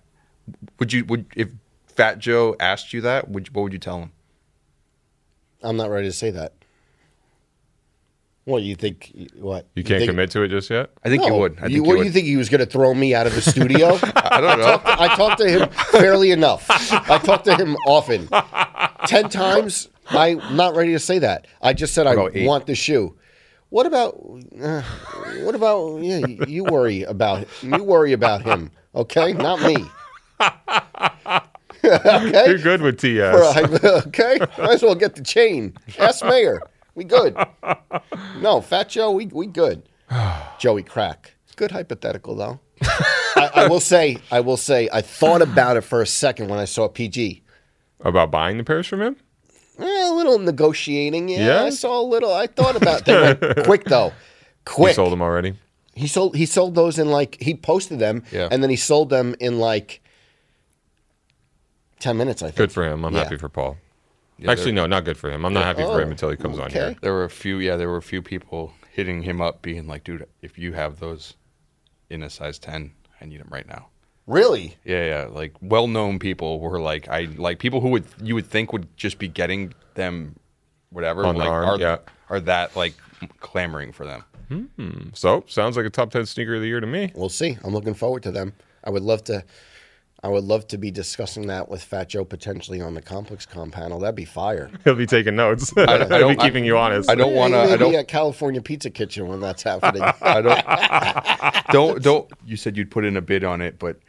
[SPEAKER 2] Would you would if Fat Joe asked you that? Would you, what would you tell him?
[SPEAKER 1] I'm not ready to say that. What you think? What
[SPEAKER 3] You can't
[SPEAKER 1] think,
[SPEAKER 3] commit to it just yet.
[SPEAKER 2] I think you
[SPEAKER 1] No.
[SPEAKER 2] would. I think
[SPEAKER 1] you,
[SPEAKER 2] you,
[SPEAKER 1] what,
[SPEAKER 2] would.
[SPEAKER 1] you think he was going to throw me out of the studio?
[SPEAKER 2] I don't know.
[SPEAKER 1] I talked to him fairly enough. I talked to him often, ten times. I'm not ready to say that. I just said I
[SPEAKER 2] about eight?
[SPEAKER 1] want the shoe. What about? Uh, what about? Yeah, you- you worry about you worry about him. Okay, not me. okay,
[SPEAKER 3] You're good with TS.
[SPEAKER 1] Right, okay, might as well get the chain. Ask Mayor. We good. No, Fat Joe, we, we good. Joey Crack. Good hypothetical though. I, I will say, I will say, I thought about it for a second when I saw PG.
[SPEAKER 3] About buying the pairs from him.
[SPEAKER 1] Eh, a little negotiating, yeah.
[SPEAKER 3] Yeah?
[SPEAKER 1] I saw a little. I thought about that. quick though, quick.
[SPEAKER 3] You sold them already.
[SPEAKER 1] He sold he sold those in like he posted them
[SPEAKER 2] Yeah.
[SPEAKER 1] and then he sold them in like ten minutes, I think.
[SPEAKER 3] Good for him. I'm
[SPEAKER 1] Yeah.
[SPEAKER 3] happy for Paul.
[SPEAKER 2] Yeah,
[SPEAKER 3] Actually, no, not good for him. I'm not happy for him
[SPEAKER 1] Oh,
[SPEAKER 3] until he comes on
[SPEAKER 1] okay.
[SPEAKER 3] here.
[SPEAKER 2] there were a few. Yeah, there were a few people hitting him up, being like, "Dude, if you have those in a size ten, I need them right now."
[SPEAKER 1] Really?
[SPEAKER 2] Yeah, yeah. Like well-known people were like, "I like people who would you would think would just be getting them, whatever."
[SPEAKER 3] On the
[SPEAKER 2] like,
[SPEAKER 3] arm,
[SPEAKER 2] are,
[SPEAKER 3] yeah.
[SPEAKER 2] are that like clamoring for them?
[SPEAKER 3] So sounds like a top ten sneaker of the year to me.
[SPEAKER 1] We'll see. I'm looking forward to them. I would love to. I would love to be discussing that with Fat Joe potentially on the Complex Com panel. That'd be fire.
[SPEAKER 3] He'll be taking notes.
[SPEAKER 2] I
[SPEAKER 3] He'll be
[SPEAKER 2] don't- I-
[SPEAKER 3] keeping you honest.
[SPEAKER 2] I don't want to.
[SPEAKER 1] Maybe
[SPEAKER 2] I don't.
[SPEAKER 1] at California Pizza Kitchen when that's happening.
[SPEAKER 3] Oh,
[SPEAKER 2] I don't. don't don't. You said you'd put in a bid on it, but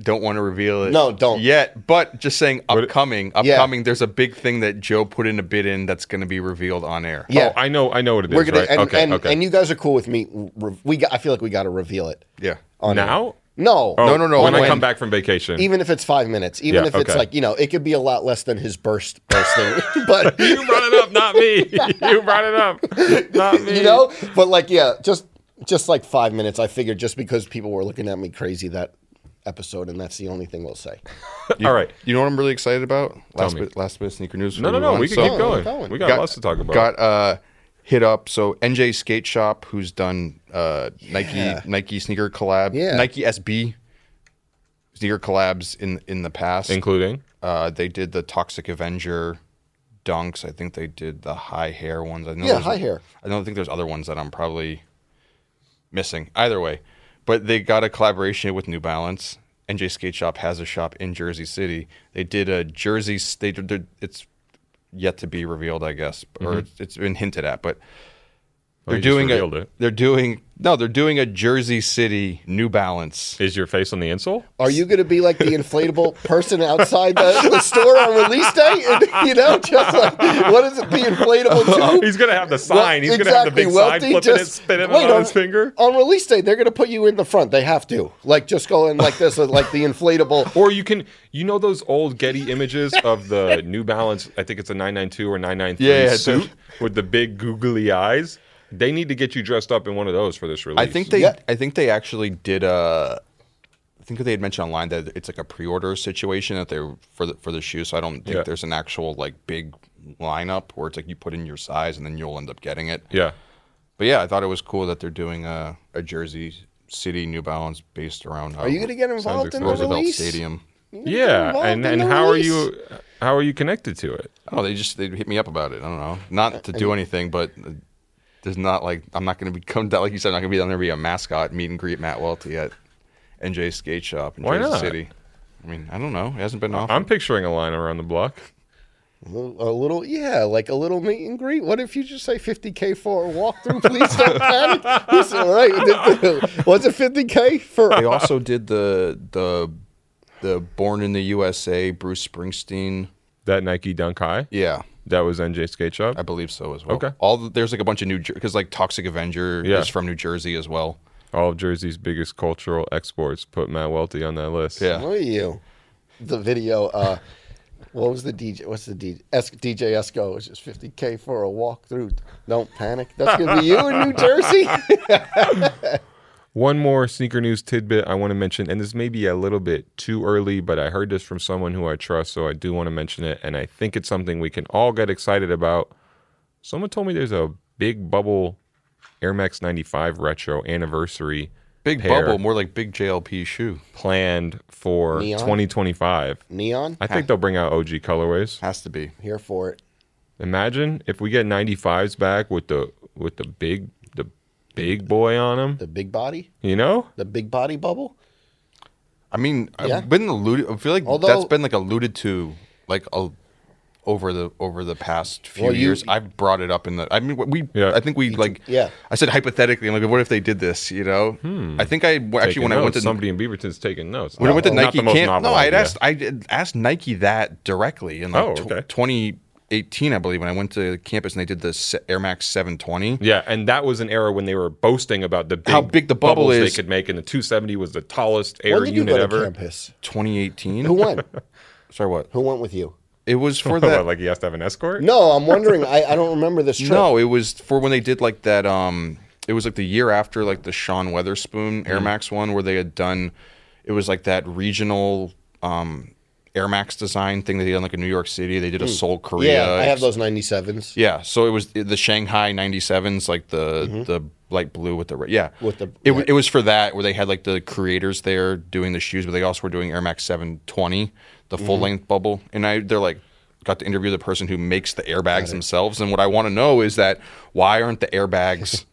[SPEAKER 2] don't want to reveal it.
[SPEAKER 1] No, don't.
[SPEAKER 2] yet. But just saying, upcoming,
[SPEAKER 1] Yeah.
[SPEAKER 2] upcoming. There's a big thing that Joe put in a bid in that's going to be revealed on air.
[SPEAKER 1] yeah,
[SPEAKER 3] Oh, I know. I know what it is,
[SPEAKER 1] we're gonna
[SPEAKER 3] right?
[SPEAKER 1] and,
[SPEAKER 3] okay.
[SPEAKER 1] and,
[SPEAKER 3] okay.
[SPEAKER 1] and you guys are cool with me. Re- We got, I feel like we got to reveal it.
[SPEAKER 2] Oh, Yeah.
[SPEAKER 1] On air.
[SPEAKER 3] now?
[SPEAKER 1] No,
[SPEAKER 3] Oh,
[SPEAKER 1] no,
[SPEAKER 2] no, no,
[SPEAKER 3] When I
[SPEAKER 2] when-
[SPEAKER 3] come back from vacation.
[SPEAKER 1] Even if it's five minutes, even
[SPEAKER 3] Yeah,
[SPEAKER 1] if it's
[SPEAKER 3] okay.
[SPEAKER 1] like you know, it could be a lot less than his burst burst thing. but
[SPEAKER 3] you brought it up, not me. you brought it up, not me.
[SPEAKER 1] you know but like yeah just just like five minutes i figured just because people were looking at me crazy that episode and that's the only thing we'll say
[SPEAKER 3] All right.
[SPEAKER 2] You know what I'm really excited about? Last
[SPEAKER 3] me.
[SPEAKER 2] bit, last bit of sneaker news.
[SPEAKER 3] No, no,
[SPEAKER 2] Move
[SPEAKER 3] no.
[SPEAKER 2] on.
[SPEAKER 3] We can
[SPEAKER 2] So-
[SPEAKER 3] keep going.
[SPEAKER 1] going.
[SPEAKER 3] We got, lots to talk about.
[SPEAKER 2] Got uh, hit up. So NJ Skate Shop, who's done uh,
[SPEAKER 1] Yeah.
[SPEAKER 2] Nike Nike sneaker collab,
[SPEAKER 1] Yeah.
[SPEAKER 2] Nike SB sneaker collabs in in the past.
[SPEAKER 3] including
[SPEAKER 2] Uh, they did the Toxic Avenger dunks. I think they did the high hair ones. I know
[SPEAKER 1] Yeah,
[SPEAKER 2] there's-
[SPEAKER 1] high hair.
[SPEAKER 2] I don't think there's other ones that I'm probably missing. Either way, but they got a collaboration with New Balance. NJ Skate Shop has a shop in Jersey City. They did a Jersey. s- They did, did- it's yet to be revealed, I guess, or it's, it's been hinted at, but
[SPEAKER 3] Mm-hmm. Oh, you
[SPEAKER 2] they're
[SPEAKER 3] just
[SPEAKER 2] doing
[SPEAKER 3] revealed
[SPEAKER 2] a,
[SPEAKER 3] it.
[SPEAKER 2] they're doing No, they're doing a Jersey City New Balance.
[SPEAKER 3] Is your face on the insole?
[SPEAKER 1] Are you going to be like the inflatable person outside the, the store on release day? And, you know, just like what is it? The inflatable tube
[SPEAKER 3] He's gonna have the sign. He's gonna have the
[SPEAKER 1] exactly,
[SPEAKER 3] big
[SPEAKER 1] Welty,
[SPEAKER 3] sign, flipping
[SPEAKER 1] just-
[SPEAKER 3] it, spinning it
[SPEAKER 1] wait,
[SPEAKER 3] on
[SPEAKER 1] I'm-
[SPEAKER 3] his finger.
[SPEAKER 1] on release day. They're going to put you in the front. They have to like just go in like this, like the inflatable.
[SPEAKER 3] Or you can, you know, those old Getty images of the New Balance. I think it's a 992 or 993
[SPEAKER 2] Yeah,
[SPEAKER 3] suit
[SPEAKER 2] dude.
[SPEAKER 3] with the big googly eyes. They need to get you dressed up in one of those for this release.
[SPEAKER 2] I think they
[SPEAKER 1] Yeah.
[SPEAKER 2] I think they actually did a I think they had mentioned online that it's like a pre-order situation that they're for the for the shoe. So I don't think
[SPEAKER 3] Yeah.
[SPEAKER 2] there's an actual like big lineup where it's like you put in your size and then you'll end up getting it.
[SPEAKER 3] Yeah.
[SPEAKER 2] But yeah, I thought it was cool that they're doing a, a Jersey City New Balance based around.
[SPEAKER 1] Are you going to get involved in the
[SPEAKER 2] Roosevelt
[SPEAKER 1] release?
[SPEAKER 2] Stadium?
[SPEAKER 3] Yeah.
[SPEAKER 1] involved
[SPEAKER 3] And
[SPEAKER 1] in
[SPEAKER 3] and
[SPEAKER 1] the
[SPEAKER 3] how
[SPEAKER 1] release.
[SPEAKER 3] are you how are you connected to it?
[SPEAKER 2] Oh, they just they hit me up about it. I don't know, not to do anything, but uh, there's not like I'm not going to become that like you said. I'm not going to be down there to be a mascot meet and greet Matt Welty at NJ Skate Shop in
[SPEAKER 3] Why
[SPEAKER 2] Jersey
[SPEAKER 3] not?
[SPEAKER 2] City. I mean, I don't know. It hasn't been off.
[SPEAKER 3] I'm picturing a line around the block.
[SPEAKER 1] A little, a little- yeah, like a little meet and greet. What if you just say 50k for a walkthrough? Please don't panic. Listen, all right? Was it 50k for?
[SPEAKER 2] They also did the the the Born in the USA Bruce Springsteen.
[SPEAKER 3] That Nike Dunk High.
[SPEAKER 2] Yeah,
[SPEAKER 3] That was NJ Skate Shop.
[SPEAKER 2] I believe so as well.
[SPEAKER 3] Okay.
[SPEAKER 2] All the, there's like a bunch of new because like Toxic Avenger
[SPEAKER 3] Yeah.
[SPEAKER 2] is from New Jersey as well.
[SPEAKER 3] All of Jersey's biggest cultural exports. Put Matt Welty on that list.
[SPEAKER 2] Yeah.
[SPEAKER 1] What are you? The video. Uh, what was the DJ? What's the DJ? Es- DJ Esco was just 50k for a walkthrough. Don't panic. That's gonna be you in New Jersey.
[SPEAKER 3] One more sneaker news tidbit I want to mention, and this may be a little bit too early, but I heard this from someone who I trust, so I do want to mention it, and I think it's something we can all get excited about. Someone told me there's a big bubble Air Max 95 retro anniversary
[SPEAKER 2] Big
[SPEAKER 3] Pair.
[SPEAKER 2] bubble, more like big JLP shoe.
[SPEAKER 3] planned for
[SPEAKER 1] Neon?
[SPEAKER 3] 2025.
[SPEAKER 1] Neon.
[SPEAKER 3] I think they'll bring out OG colorways.
[SPEAKER 2] Has to be.
[SPEAKER 1] Here for it.
[SPEAKER 3] Imagine if we get 95s back with the with the big the big boy on them,
[SPEAKER 1] The big body.
[SPEAKER 3] you know?
[SPEAKER 1] The big body bubble.
[SPEAKER 2] I mean,
[SPEAKER 1] Yeah.
[SPEAKER 2] I've been alluded. I feel like
[SPEAKER 1] Although-
[SPEAKER 2] that's been like alluded to, like a, over the over the past few
[SPEAKER 1] Well, you-
[SPEAKER 2] years. I've brought it up in the. I mean, we.
[SPEAKER 3] Yeah.
[SPEAKER 2] I think we like.
[SPEAKER 1] yeah.
[SPEAKER 2] I said hypothetically. I'm like, what if they did this? You know. I think I actually
[SPEAKER 3] Hmm. Taking
[SPEAKER 2] when I went
[SPEAKER 3] notes.
[SPEAKER 2] to
[SPEAKER 3] somebody in Beaverton's taking notes.
[SPEAKER 2] when I went to
[SPEAKER 3] Not
[SPEAKER 2] Nike
[SPEAKER 3] the most
[SPEAKER 2] camp.
[SPEAKER 3] novel
[SPEAKER 2] No, I had
[SPEAKER 3] idea.
[SPEAKER 2] asked. I did- asked Nike that directly in like
[SPEAKER 3] Oh,
[SPEAKER 2] tw-
[SPEAKER 3] okay.
[SPEAKER 2] 2018, I believe, when I went to campus and they did the Se- Air Max 720.
[SPEAKER 3] Yeah, and that was an era when they were boasting about the big
[SPEAKER 2] How big the bubble
[SPEAKER 3] bubbles
[SPEAKER 2] is.
[SPEAKER 3] they could make, and the 270 was the tallest air
[SPEAKER 1] When did you
[SPEAKER 3] unit
[SPEAKER 1] go to
[SPEAKER 3] ever.
[SPEAKER 1] campus?
[SPEAKER 2] 2018.
[SPEAKER 1] Who won?
[SPEAKER 2] Sorry, what?
[SPEAKER 1] Who went with you?
[SPEAKER 2] It was for
[SPEAKER 3] What,
[SPEAKER 2] that.
[SPEAKER 3] like you have to have an escort.
[SPEAKER 1] No, I'm wondering. I, I don't remember this trip.
[SPEAKER 2] No, it was for when they did like that. Um, it was like the year after like the Sean Weatherspoon
[SPEAKER 1] Mm-hmm.
[SPEAKER 2] Air Max one, where they had done. It was like that regional um, Air Max design thing that they did in like in New York City. They did a Seoul, Korea.
[SPEAKER 1] Mm. Yeah, I have those 97s
[SPEAKER 2] Yeah, so it was the Shanghai '97s, like the the light blue with the red. Yeah,
[SPEAKER 1] Mm-hmm. With the-
[SPEAKER 2] it, wa-
[SPEAKER 1] yeah.
[SPEAKER 2] it was for that where they had like the creators there doing the shoes, but they also were doing Air Max 720, the
[SPEAKER 1] Mm-hmm.
[SPEAKER 2] full length bubble, and I they're like got to interview the person who makes the airbags themselves, and what I want to know is that why aren't the airbags?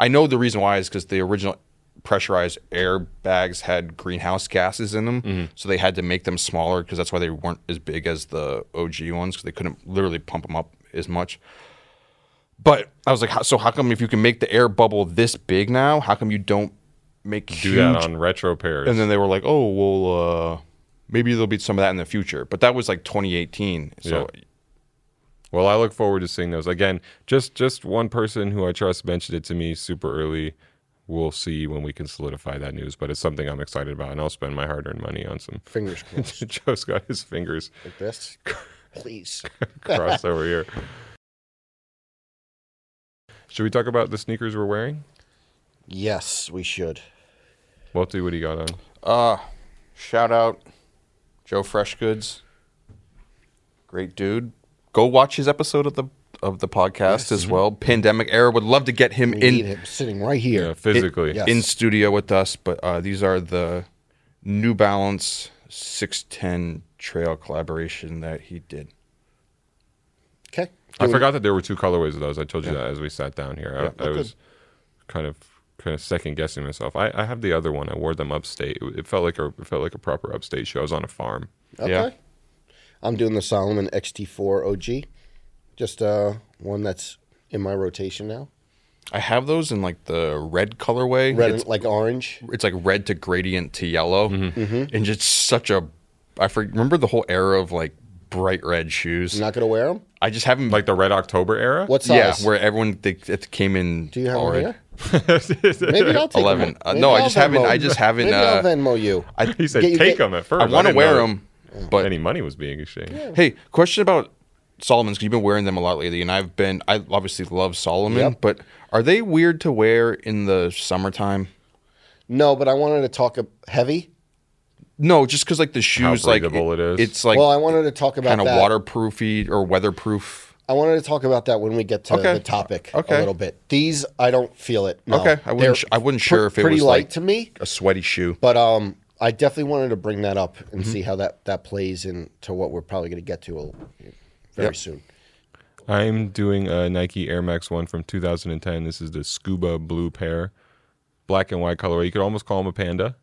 [SPEAKER 2] I know the reason why is because the original pressurized airbags had greenhouse gases in them
[SPEAKER 1] Mm-hmm.
[SPEAKER 2] so they had to make them smaller because that's why they weren't as big as the og ones because they couldn't literally pump them up as much but I was like, how, so how come if you can make the air bubble this big now, how come you don't make
[SPEAKER 3] do
[SPEAKER 2] huge?
[SPEAKER 3] that on retro pairs.
[SPEAKER 2] and then they were like, oh well, uh, maybe there'll be some of that in the future. But that was like 2018. So
[SPEAKER 3] well, I look forward to seeing those again. Just just one person who I trust mentioned it to me super early. We'll see when we can solidify that news, but it's something I'm excited about, and I'll spend my hard-earned money on some.
[SPEAKER 1] Fingers crossed.
[SPEAKER 3] Joe's got his fingers
[SPEAKER 1] like this. Please.
[SPEAKER 3] crossed over here. Should we talk about the sneakers we're wearing?
[SPEAKER 1] Yes, we should.
[SPEAKER 3] Welty, what do you got on?
[SPEAKER 2] uh, shout out Joe Fresh Goods, great dude. Go watch his episode of the of the podcast as well. Pandemic era would love to get him
[SPEAKER 1] We
[SPEAKER 2] in
[SPEAKER 1] need him sitting right here.
[SPEAKER 3] Yeah, physically.
[SPEAKER 1] yeah.
[SPEAKER 2] in
[SPEAKER 1] Yes.
[SPEAKER 2] studio with us, but uh, these are the New Balance 610 Trail collaboration that he did.
[SPEAKER 1] Okay.
[SPEAKER 3] I forgot that there were two colorways of those. I told you that as we sat down here. I,
[SPEAKER 1] Oh,
[SPEAKER 3] I was kind of kind of second guessing myself. I, I have the other one. I wore them upstate. It, it felt like a it felt like a proper upstate show. I was on a farm.
[SPEAKER 1] Okay.
[SPEAKER 2] Yeah.
[SPEAKER 1] I'm doing the Solomon XT4 OG. Just uh, one that's in my rotation now.
[SPEAKER 2] I have those in like the red colorway.
[SPEAKER 1] Red,
[SPEAKER 2] It's,
[SPEAKER 1] and, like orange.
[SPEAKER 2] it's like red to gradient to yellow,
[SPEAKER 3] Mm-hmm.
[SPEAKER 1] Mm-hmm.
[SPEAKER 2] and just such a. I for, remember the whole era of like bright red shoes.
[SPEAKER 1] You're not gonna wear them.
[SPEAKER 2] I just haven't
[SPEAKER 3] Like the Red October era?
[SPEAKER 1] What
[SPEAKER 2] yeah,
[SPEAKER 1] size?
[SPEAKER 2] where everyone they, it came in.
[SPEAKER 1] Do you have
[SPEAKER 2] all
[SPEAKER 1] them
[SPEAKER 2] red.
[SPEAKER 1] here? Maybe I'll take 'em.
[SPEAKER 2] Eleven. Uh,
[SPEAKER 1] Maybe
[SPEAKER 2] no, I
[SPEAKER 1] I'll
[SPEAKER 2] just haven't-
[SPEAKER 1] Venmo
[SPEAKER 2] I
[SPEAKER 1] you.
[SPEAKER 2] just haven't,
[SPEAKER 1] Maybe I'll
[SPEAKER 2] uh,
[SPEAKER 1] Venmo you.
[SPEAKER 2] I,
[SPEAKER 3] He said
[SPEAKER 1] Get- you
[SPEAKER 3] take
[SPEAKER 1] get-
[SPEAKER 3] them at first.
[SPEAKER 2] I want to
[SPEAKER 3] didn't
[SPEAKER 2] wear
[SPEAKER 3] know
[SPEAKER 2] them, but
[SPEAKER 3] Any money was being exchanged.
[SPEAKER 2] Hey, question about Solomons. 'cause You've been wearing them a lot lately, and I've been. I obviously love Solomon,
[SPEAKER 1] Yep.
[SPEAKER 2] but are they weird to wear in the summertime?
[SPEAKER 1] no, but I wanted to talk ab- heavy.
[SPEAKER 2] No, just because like the shoes, like
[SPEAKER 3] breathable it is.
[SPEAKER 2] It's like
[SPEAKER 1] well, I wanted to talk about
[SPEAKER 2] kind of
[SPEAKER 1] that.
[SPEAKER 2] waterproofy or weatherproof.
[SPEAKER 1] I wanted to talk about that when we get to
[SPEAKER 2] Okay.
[SPEAKER 1] the topic
[SPEAKER 2] Okay.
[SPEAKER 1] a little bit. These I don't feel it. no.
[SPEAKER 2] Okay, I
[SPEAKER 1] Oh, They're
[SPEAKER 2] wasn't. Sh- I wasn't sure if it
[SPEAKER 1] pretty
[SPEAKER 2] was
[SPEAKER 1] light
[SPEAKER 2] like
[SPEAKER 1] to me,
[SPEAKER 2] a sweaty shoe.
[SPEAKER 1] but um, I definitely wanted to bring that up and
[SPEAKER 2] Mm-hmm.
[SPEAKER 1] see how that that plays into what we're probably going to get to a, very soon.
[SPEAKER 3] I'm doing a Nike Air Max 1 from 2010. This is the scuba blue pair, black and white colorway. You could almost call them a panda.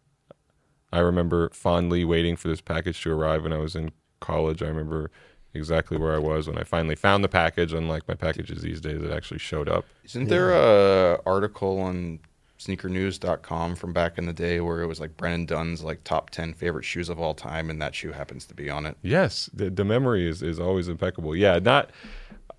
[SPEAKER 3] I remember fondly waiting for this package to arrive when I was in college. I remember exactly where I was when I finally found the package, unlike my packages these days that actually showed up.
[SPEAKER 2] Isn't there a article on sneakernews.com from back in the day where it was like Brennan Dunn's like top 10 favorite shoes of all time and that shoe happens to be on it?
[SPEAKER 3] Yes, the, the memory is, is always impeccable. Yeah, not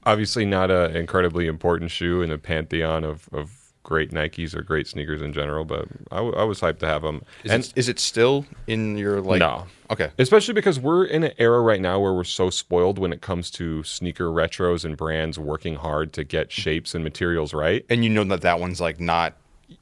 [SPEAKER 3] obviously not an incredibly important shoe in the pantheon of, of great Nikes or great sneakers in general, but I, w- I was hyped to have them.
[SPEAKER 2] Is, it, is it still in your like
[SPEAKER 3] No.
[SPEAKER 2] Okay.
[SPEAKER 3] Especially because we're in an era right now where we're so spoiled when it comes to sneaker retros and brands working hard to get shapes and materials right.
[SPEAKER 2] And you know that that one's like not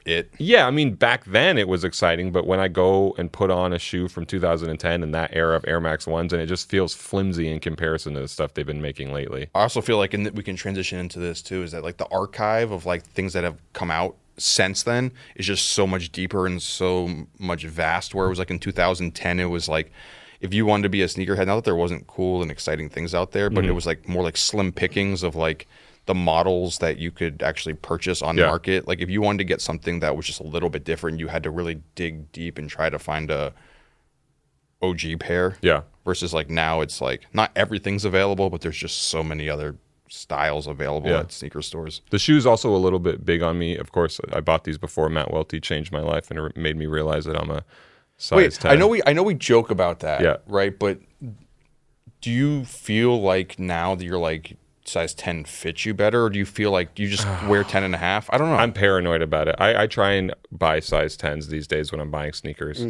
[SPEAKER 2] it.
[SPEAKER 3] Yeah, I mean, back then it was exciting, but when I go and put on a shoe from 2010 and that era of Air Max 1s, and it just feels flimsy in comparison to the stuff they've been making lately.
[SPEAKER 2] I also feel like and we can transition into this too is that like the archive of like things that have come out since then is just so much deeper and so much vast where it was like in 2010 it was like if you wanted to be a sneakerhead not that there wasn't cool and exciting things out there but it was like more like slim pickings of like the models that you could actually purchase on
[SPEAKER 3] Yeah.
[SPEAKER 2] market like if you wanted to get something that was just a little bit different you had to really dig deep and try to find a OG pair
[SPEAKER 3] Yeah.
[SPEAKER 2] versus like now it's like not everything's available, but there's just so many other styles available
[SPEAKER 3] Yeah.
[SPEAKER 2] at sneaker stores.
[SPEAKER 3] The shoe's also a little bit big on me. Of course, I bought these before Matt Welty changed my life and it made me realize that I'm a size
[SPEAKER 2] Wait,
[SPEAKER 3] 10.
[SPEAKER 2] I know we I know we joke about that,
[SPEAKER 3] Yeah.
[SPEAKER 2] right? But do you feel like now that you're like size 10 fits you better or do you feel like you just wear 10 and a half? I don't know.
[SPEAKER 3] I'm paranoid about it. I, I try and buy size 10s these days when I'm buying sneakers.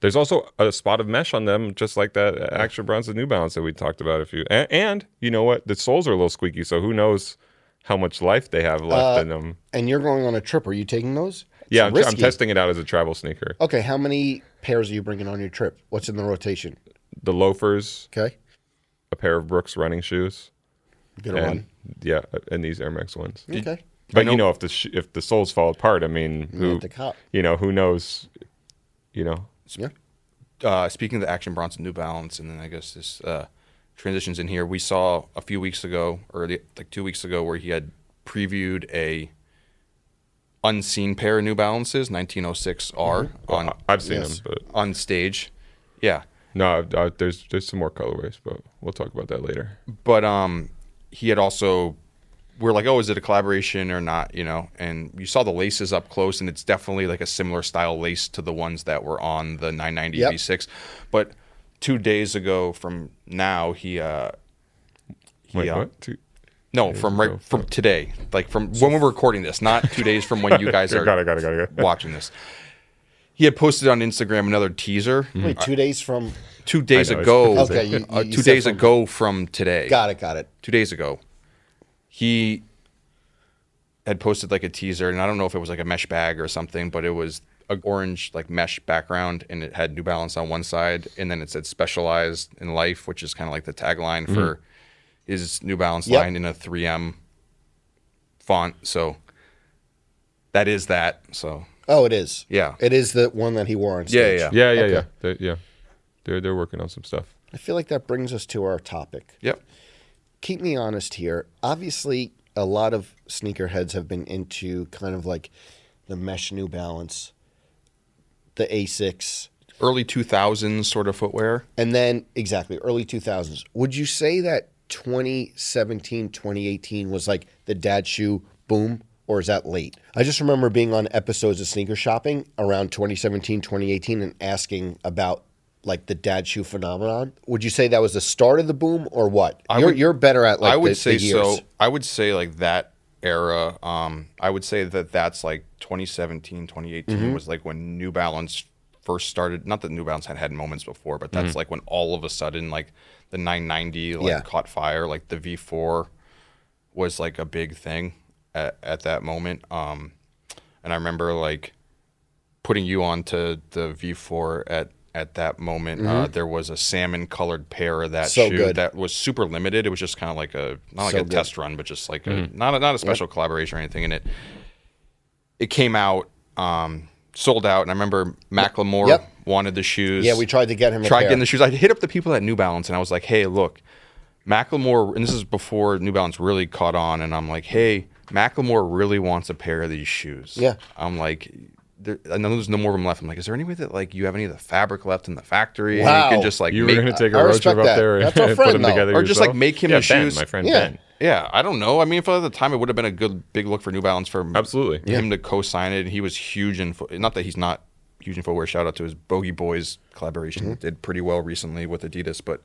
[SPEAKER 3] There's also a spot of mesh on them, just like that Action Bronson New Balance that we talked about a few. And, and you know what? The soles are a little squeaky, so who knows how much life they have left in them.
[SPEAKER 1] And you're going on a trip. Are you taking those? It's
[SPEAKER 3] Yeah, I'm, tr- I'm
[SPEAKER 1] risky. Oh.
[SPEAKER 3] testing it out as a travel sneaker.
[SPEAKER 1] Okay, how many pairs are you bringing on your trip? What's in the rotation?
[SPEAKER 3] The loafers,
[SPEAKER 1] Okay,
[SPEAKER 3] a pair of Brooks running shoes,
[SPEAKER 1] good
[SPEAKER 3] and
[SPEAKER 1] one.
[SPEAKER 3] yeah, uh, and these Air Max ones.
[SPEAKER 1] Okay,
[SPEAKER 3] But you know, if the sh- if the soles fall apart, I mean, who
[SPEAKER 1] at the cop.
[SPEAKER 3] you know, who knows? You know,
[SPEAKER 1] Yeah.
[SPEAKER 2] uh, speaking of the Action Bronson New Balance, and then I guess this uh, transitions in here. We saw a few weeks ago, or the, like two weeks ago, where he had previewed a unseen pair of New Balances, 1906R, on
[SPEAKER 3] I- I've seen
[SPEAKER 1] Yes.
[SPEAKER 3] them, but
[SPEAKER 2] on stage. Yeah,
[SPEAKER 3] No, I, I, there's there's some more colorways, but we'll talk about that later.
[SPEAKER 2] but um, he had also. We're like, oh, is it a collaboration or not? You know, and you saw the laces up close, and it's definitely like a similar style lace to the ones that were on the 990
[SPEAKER 1] Yep.
[SPEAKER 2] V6. But two days ago from now, he uh, he,
[SPEAKER 3] Wait,
[SPEAKER 2] uh,
[SPEAKER 3] what? Two-
[SPEAKER 2] No, from right from today, like from when we're recording this, not two days from when you guys are
[SPEAKER 3] Got it, got it, got it, got it.
[SPEAKER 2] watching this. He had posted on Instagram another teaser
[SPEAKER 1] wait, two days from.
[SPEAKER 2] two days
[SPEAKER 3] I know, it's
[SPEAKER 2] ago.
[SPEAKER 1] confusing. Okay, you-
[SPEAKER 2] uh,
[SPEAKER 1] you
[SPEAKER 2] two
[SPEAKER 1] said
[SPEAKER 2] days
[SPEAKER 1] from-
[SPEAKER 2] ago from today.
[SPEAKER 1] Got it, got it.
[SPEAKER 2] Two days ago, he had posted like a teaser, and I don't know if it was like a mesh bag or something, but it was an orange like mesh background, and it had New Balance on one side, and then it said Specialized in Life, which is kind of like the tagline
[SPEAKER 3] Mm-hmm.
[SPEAKER 2] for his New Balance
[SPEAKER 1] Yep.
[SPEAKER 2] line in a 3M font. So that is that. So
[SPEAKER 1] Oh, it is.
[SPEAKER 2] Yeah.
[SPEAKER 1] it is the one that he wore on
[SPEAKER 2] yeah,
[SPEAKER 1] stage.
[SPEAKER 2] yeah, yeah.
[SPEAKER 3] Yeah, yeah,
[SPEAKER 1] Okay.
[SPEAKER 3] yeah, they, yeah. They're they're working on some stuff.
[SPEAKER 1] I feel like that brings us to our topic.
[SPEAKER 2] Yep.
[SPEAKER 1] keep me honest here. Obviously, a lot of sneakerheads have been into kind of like the mesh New Balance, the Asics,
[SPEAKER 2] Early 2000s sort of footwear.
[SPEAKER 1] and then exactly early 2000s. Would you say that 2017, 2018 was like the dad shoe boom? or is that late? I just remember being on episodes of Sneaker Shopping around 2017, 2018 and asking about like the dad shoe phenomenon. Would you say that was the start of the boom or what?
[SPEAKER 2] I
[SPEAKER 1] you're,
[SPEAKER 2] would-
[SPEAKER 1] you're better at like
[SPEAKER 2] I would
[SPEAKER 1] the-
[SPEAKER 2] say
[SPEAKER 1] the years.
[SPEAKER 2] so. I would say like that era. Um, I would say that that's like 2017, 2018
[SPEAKER 1] Mm-hmm.
[SPEAKER 2] was like when New Balance first started. Not that New Balance had had moments before, but that's like when all of a sudden like the 990 like
[SPEAKER 1] Mm-hmm. Yeah.
[SPEAKER 2] caught fire. Like the V4 was like a big thing at, at that moment. Um, and I remember like putting you on to the V4 at at that moment. Uh, there was a salmon colored pair of that
[SPEAKER 1] Mm-hmm. So
[SPEAKER 2] shoe
[SPEAKER 1] good.
[SPEAKER 2] that uh, was super limited. It was just kind of like a not like
[SPEAKER 1] So
[SPEAKER 2] a
[SPEAKER 1] good. Mm-hmm.
[SPEAKER 2] test run, but just like a not a, not a special collaboration or anything. And it it came out um, sold out. And I remember Macklemore
[SPEAKER 1] Yep.
[SPEAKER 2] wanted the shoes.
[SPEAKER 1] Yeah, we tried to get him a
[SPEAKER 2] tried
[SPEAKER 1] pair.
[SPEAKER 2] getting the shoes. I hit up the people at New Balance and I was like, hey, look, Macklemore, and this is before New Balance really caught on. And I'm like, hey, Macklemore really wants a pair of these shoes.
[SPEAKER 1] Yeah.
[SPEAKER 2] I'm like, there, I know there's no more of them left. I'm like, is there any way that like you have any of the fabric left in the factory? And
[SPEAKER 1] Wow.
[SPEAKER 2] you can just like
[SPEAKER 3] You
[SPEAKER 2] make,
[SPEAKER 3] were going to take a
[SPEAKER 1] I
[SPEAKER 3] road
[SPEAKER 1] respect
[SPEAKER 3] trip up
[SPEAKER 1] that.
[SPEAKER 3] there and,
[SPEAKER 1] That's our
[SPEAKER 3] and put
[SPEAKER 1] friend,
[SPEAKER 3] them
[SPEAKER 1] though.
[SPEAKER 3] together,
[SPEAKER 2] Or just, like,
[SPEAKER 3] yourself?
[SPEAKER 2] make him
[SPEAKER 3] yeah,
[SPEAKER 2] the
[SPEAKER 3] ben,
[SPEAKER 2] shoes.
[SPEAKER 3] My friend
[SPEAKER 1] Yeah.
[SPEAKER 3] Ben,
[SPEAKER 2] yeah, I don't know. I mean, for the time, it would have been a good big look for New Balance for
[SPEAKER 3] absolutely.
[SPEAKER 2] him to co-sign it. And he was huge in fo- not that he's not huge in footwear. Shout out to his Bogey Boys collaboration
[SPEAKER 1] Mm-hmm.
[SPEAKER 2] that did pretty well recently with Adidas, but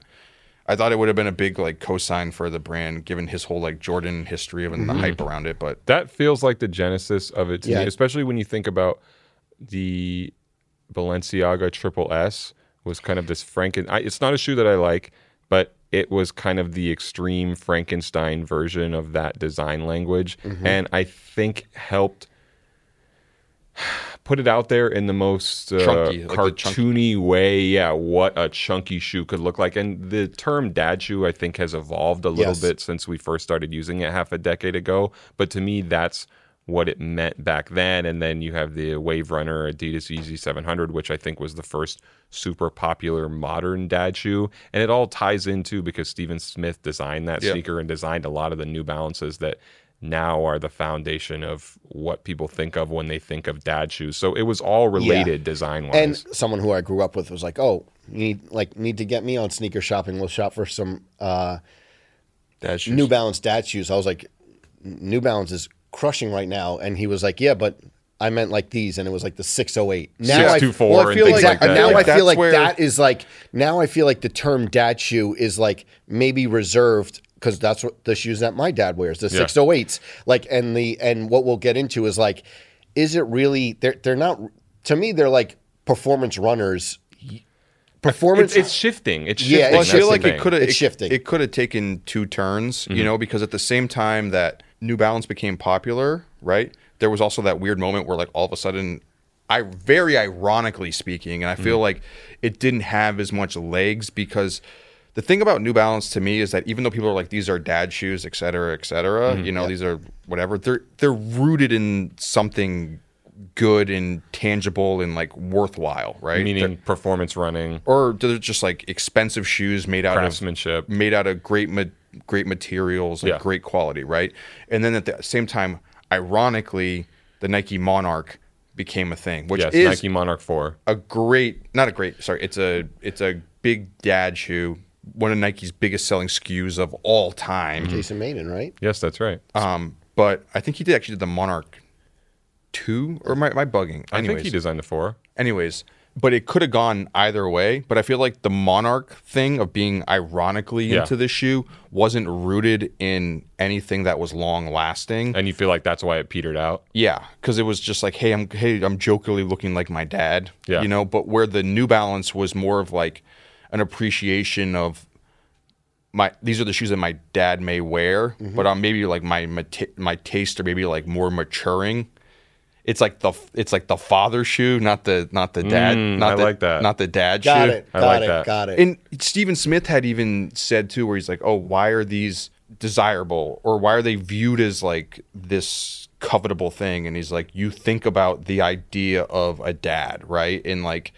[SPEAKER 2] I thought it would have been a big like co-sign for the brand given his whole like Jordan history of
[SPEAKER 1] Mm-hmm.
[SPEAKER 2] and the hype around it. But
[SPEAKER 3] That feels like the genesis of it to
[SPEAKER 1] Yeah.
[SPEAKER 3] me, especially when you think about the Balenciaga Triple S was kind of this Franken. I, it's not a shoe that I like, but it was kind of the extreme Frankenstein version of that design language,
[SPEAKER 2] Mm-hmm.
[SPEAKER 3] and I think helped put it out there in the most uh,
[SPEAKER 2] Chunky, like the chunky-
[SPEAKER 3] cartoony way. Yeah, what a chunky shoe could look like, and the term dad shoe I think has evolved a little
[SPEAKER 1] Yes.
[SPEAKER 3] bit since we first started using it half a decade ago. But to me, that's what it meant back then. And then you have the Wave Runner Adidas Easy 700, which I think was the first super popular modern dad shoe. And it all ties into because Steven Smith designed that
[SPEAKER 2] Yeah.
[SPEAKER 3] sneaker and designed a lot of the New Balances that now are the foundation of what people think of when they think of dad shoes. So it was all related design
[SPEAKER 1] and
[SPEAKER 3] wise.
[SPEAKER 1] someone who I grew up with was like, "Oh, you need like need to get me on sneaker shopping. We'll shop for some uh,
[SPEAKER 2] that's
[SPEAKER 1] New Balance dad shoes." I was like, "New Balance is crushing right now," and he was like, "Yeah, but." I meant like these, and it was like the 608. Now I-
[SPEAKER 3] 624
[SPEAKER 1] well, I,
[SPEAKER 3] and
[SPEAKER 1] feel
[SPEAKER 3] things
[SPEAKER 1] like,
[SPEAKER 3] like that.
[SPEAKER 1] now
[SPEAKER 3] Yeah.
[SPEAKER 1] I feel
[SPEAKER 2] That's
[SPEAKER 1] like
[SPEAKER 2] where-
[SPEAKER 1] that is like now I feel like the term dad shoe is like maybe reserved because that's what the shoes that my dad wears, the
[SPEAKER 3] Yeah.
[SPEAKER 1] 608s. Like and the and what we'll get into is like, is it really? They're they're not to me. They're like performance runners. Performance.
[SPEAKER 3] It's, it's shifting. It's shifting.
[SPEAKER 1] Yeah,
[SPEAKER 2] Well, I
[SPEAKER 1] it's
[SPEAKER 3] That's
[SPEAKER 2] feel
[SPEAKER 3] the
[SPEAKER 2] like
[SPEAKER 3] thing.
[SPEAKER 2] it could have
[SPEAKER 1] It's
[SPEAKER 2] it,
[SPEAKER 1] shifting.
[SPEAKER 2] It could have taken two turns, you know, because at the same time that New Balance became popular, right? There was also that weird moment where like all of a sudden I very ironically speaking, and I feel like it didn't have as much legs because the thing about New Balance to me is that even though people are like these are dad shoes, et cetera, et cetera, you know, these are whatever, they're they're rooted in something good and tangible and like worthwhile, right?
[SPEAKER 3] meaning performance running,
[SPEAKER 2] or they're just like expensive shoes made out of
[SPEAKER 3] craftsmanship.
[SPEAKER 2] made out of great ma- great materials like
[SPEAKER 3] Yeah.
[SPEAKER 2] great quality right and then at the same time ironically the nike monarch became a thing which
[SPEAKER 3] Yes,
[SPEAKER 2] is
[SPEAKER 3] Nike Monarch 4.
[SPEAKER 2] a great not a great sorry it's a it's a big dad shoe one of nike's biggest selling skus of all time
[SPEAKER 3] Mm-hmm.
[SPEAKER 1] Jason Maiden, right?
[SPEAKER 3] Yes, that's right.
[SPEAKER 2] um but i think he did actually did the monarch 2 or am I, am I bugging
[SPEAKER 3] I think he designed the 4.
[SPEAKER 2] Anyways, but it could have gone either way. But I feel like the monarch thing of being ironically
[SPEAKER 3] Yeah.
[SPEAKER 2] into the shoe wasn't rooted in anything that was long lasting.
[SPEAKER 3] And you feel like that's why it petered out.
[SPEAKER 2] Yeah, because it was just like, hey, I'm hey, I'm jokingly looking like my dad.
[SPEAKER 3] Yeah.
[SPEAKER 2] You know, but where the New Balance was more of like an appreciation of my these are the shoes that my dad may wear,
[SPEAKER 3] Mm-hmm.
[SPEAKER 2] but on maybe like my mate- my taste or maybe like more maturing. It's like the it's like the father shoe, not the not the dad,
[SPEAKER 3] Mm,
[SPEAKER 2] not
[SPEAKER 3] I
[SPEAKER 2] the,
[SPEAKER 3] like that.
[SPEAKER 2] not the dad
[SPEAKER 1] Got
[SPEAKER 2] shoe.
[SPEAKER 1] it.
[SPEAKER 3] I
[SPEAKER 1] Got
[SPEAKER 3] like
[SPEAKER 1] it.
[SPEAKER 3] that.
[SPEAKER 1] Got it.
[SPEAKER 2] And Stephen Smith had even said too, where he's like, "Oh, why are these desirable, or why are they viewed as like this covetable thing?" And he's like, "You think about the idea of a dad, right?" And like,